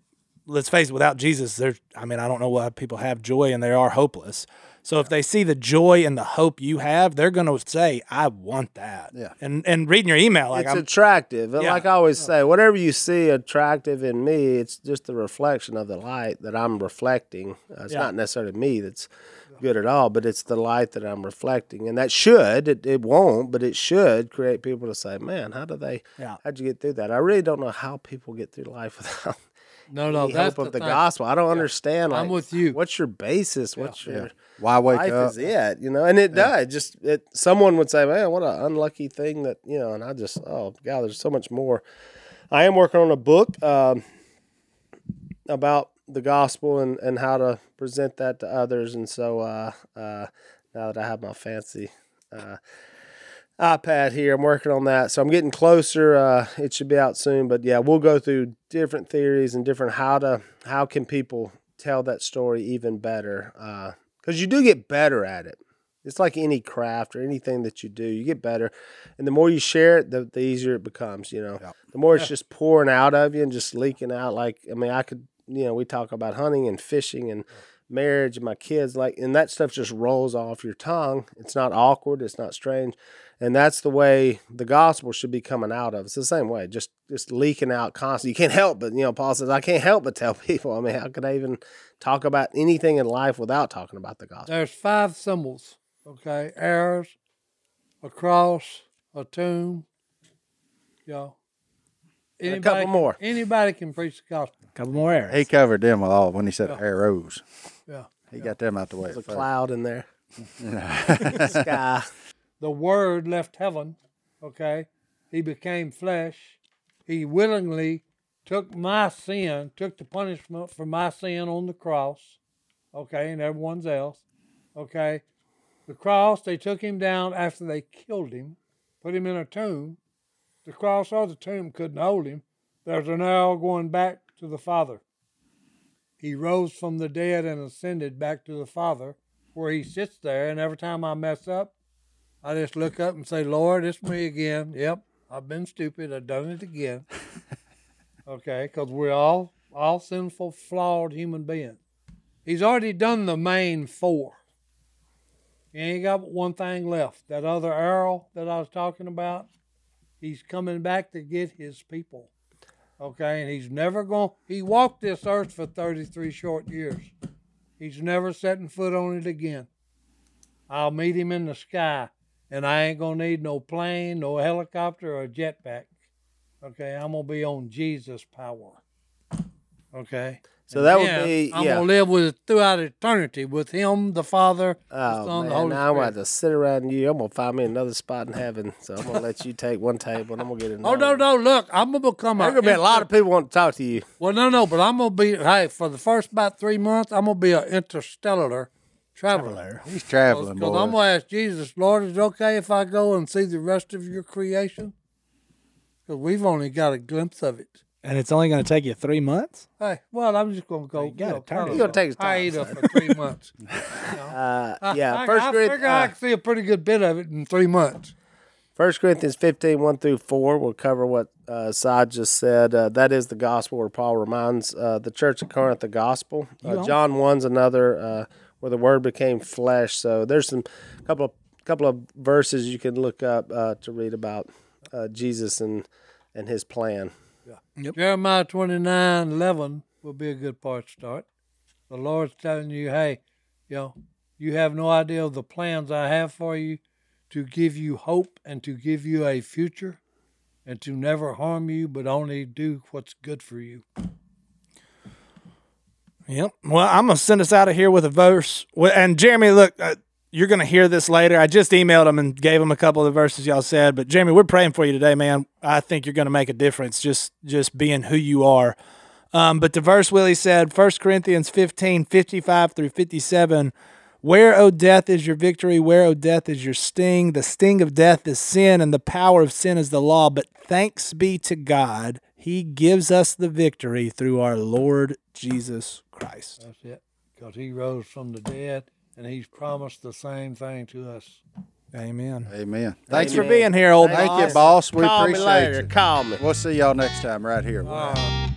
S3: let's face it, without Jesus, there's I mean I don't know why people have joy and they are hopeless. So if they see the joy and the hope you have, they're going to say, "I want that."
S1: Yeah.
S3: And and reading your email, like
S2: it's
S3: I'm,
S2: attractive. And
S3: Yeah.
S2: Like I always say, whatever you see attractive in me, it's just the reflection of the light that I'm reflecting. Uh, it's
S3: Yeah.
S2: not necessarily me that's good at all, but it's the light that I'm reflecting. And that should, it, it won't, but it should create people to say, man, how do they,
S3: Yeah.
S2: how'd you get through that? I really don't know how people get through life without
S4: No, no,
S2: the
S4: that's
S2: help of the
S4: thing.
S2: gospel. I don't understand.
S4: I'm
S2: like,
S4: with you.
S2: What's your basis? What's your
S1: why wake
S2: life
S1: up?
S2: is it, you know, and it does. Just it, someone would say, "Man, what an unlucky thing that you know." And I just, oh god, there's so much more. I am working on a book um, about the gospel and and how to present that to others. And so uh, uh, now that I have my fancy uh, iPad here, I'm working on that. So I'm getting closer. Uh, it should be out soon. But yeah, we'll go through different theories and different how to how can people tell that story even better because you do get better at it. It's like any craft or anything that you do, you get better. And the more you share it, the, the easier it becomes, you know. The more it's just pouring out of you and just leaking out. Like, I mean, I could, you know, we talk about hunting and fishing and marriage and my kids, like, and that stuff just rolls off your tongue. It's not awkward, it's not strange. And that's the way the gospel should be coming out of. It's the same way, just just leaking out constantly. You can't help but, you know, Paul says, I can't help but tell people. I mean, how could I even talk about anything in life without talking about the gospel?
S4: There's five symbols, okay? Arrows, a cross, a tomb, y'all.
S2: a couple
S4: can-
S2: more.
S4: Anybody can preach the gospel.
S3: couple more errors.
S1: He covered them all when he said arrows.
S4: Yeah.
S1: He got them out the way.
S2: There's a
S1: first.
S2: cloud in there. Sky.
S4: The Word left heaven, okay? He became flesh. He willingly took my sin, took the punishment for my sin on the cross, okay, and everyone's else, okay? The cross, they took him down after they killed him, put him in a tomb. The cross or the tomb couldn't hold him. There's an arrow going back to the Father. He rose from the dead and ascended back to the Father, where he sits there. And every time I mess up, I just look up and say, Lord, it's me again. Yep, I've been stupid. I've done it again. okay, because we're all, all sinful, flawed human beings. He's already done the main four. He ain't got but one thing left. That other arrow that I was talking about, he's coming back to get his people. Okay, and he's never going. He walked this earth for 33 short years. He's never setting foot on it again. I'll meet him in the sky, and I ain't gonna need no plane, no helicopter, or jetpack. Okay, I'm gonna be on Jesus' power. Okay.
S2: So that would
S4: Yeah,
S2: be
S4: I'm
S2: yeah.
S4: gonna live with throughout eternity with Him, the Father, the
S2: Oh
S4: Son,
S2: man,
S4: the Holy
S2: now I'm
S4: Spirit.
S2: about to sit around you. I'm gonna find me another spot in heaven. So I'm gonna let you take one table, and I'm gonna get another.
S4: Oh no,
S2: one.
S4: no! Look, I'm gonna become
S2: There's gonna be a lot of
S4: inter-
S2: people want to talk to you.
S4: Well, no, no, but I'm gonna be hey for the first about three months. I'm gonna be an interstellar traveler.
S1: He's traveling,
S4: Because
S1: boy.
S4: I'm gonna ask Jesus, Lord, is it okay if I go and see the rest of your creation? Because we've only got a glimpse of it.
S3: And it's only going to take you three months?
S4: Hey, well, I'm just gonna go.
S3: You gotta turn it.
S2: You gonna take his time,
S4: I for three months.
S2: Uh, yeah,
S4: I,
S2: First uh,
S4: I
S2: Corinthians,
S4: figure I can see a pretty good bit of it in three months.
S2: First Corinthians 15, 1 through 4. We'll cover what uh, Sod just said. Uh, that is the gospel where Paul reminds uh, the church at Corinth the gospel. Uh, John 1's another uh, where the word became flesh. So there's some couple of, couple of verses you can look up uh, to read about uh, Jesus and, and his plan.
S4: Jeremiah 29 11 will be a good part to start. The Lord's telling you, hey, you know, you have no idea of the plans I have for you to give you hope and to give you a future and to never harm you, but only do what's good for you.
S3: Yep. Well, I'm going to send us out of here with a verse. Wh- And Jeremy, look, uh, you're going to hear this later. I just emailed him and gave him a couple of the verses y'all said. But Jeremy, we're praying for you today, man. I think you're going to make a difference just just being who you are. Um, but the verse Willie said, 1 Corinthians 15, 55 through 57. Where, O death, is your victory? Where, O death, is your sting? The sting of death is sin, and the power of sin is the law. But thanks be to God, He gives us the victory through our Lord Jesus Christ.
S4: That's it. Because He rose from the dead and He's promised the same thing to us.
S3: Amen.
S1: Amen. Thanks
S3: Thanks for being here, old
S1: Thank
S3: boss.
S1: you, boss. We
S2: Call me
S1: appreciate
S2: later.
S1: you.
S2: Call me.
S1: We'll see y'all next time right here.
S4: Uh,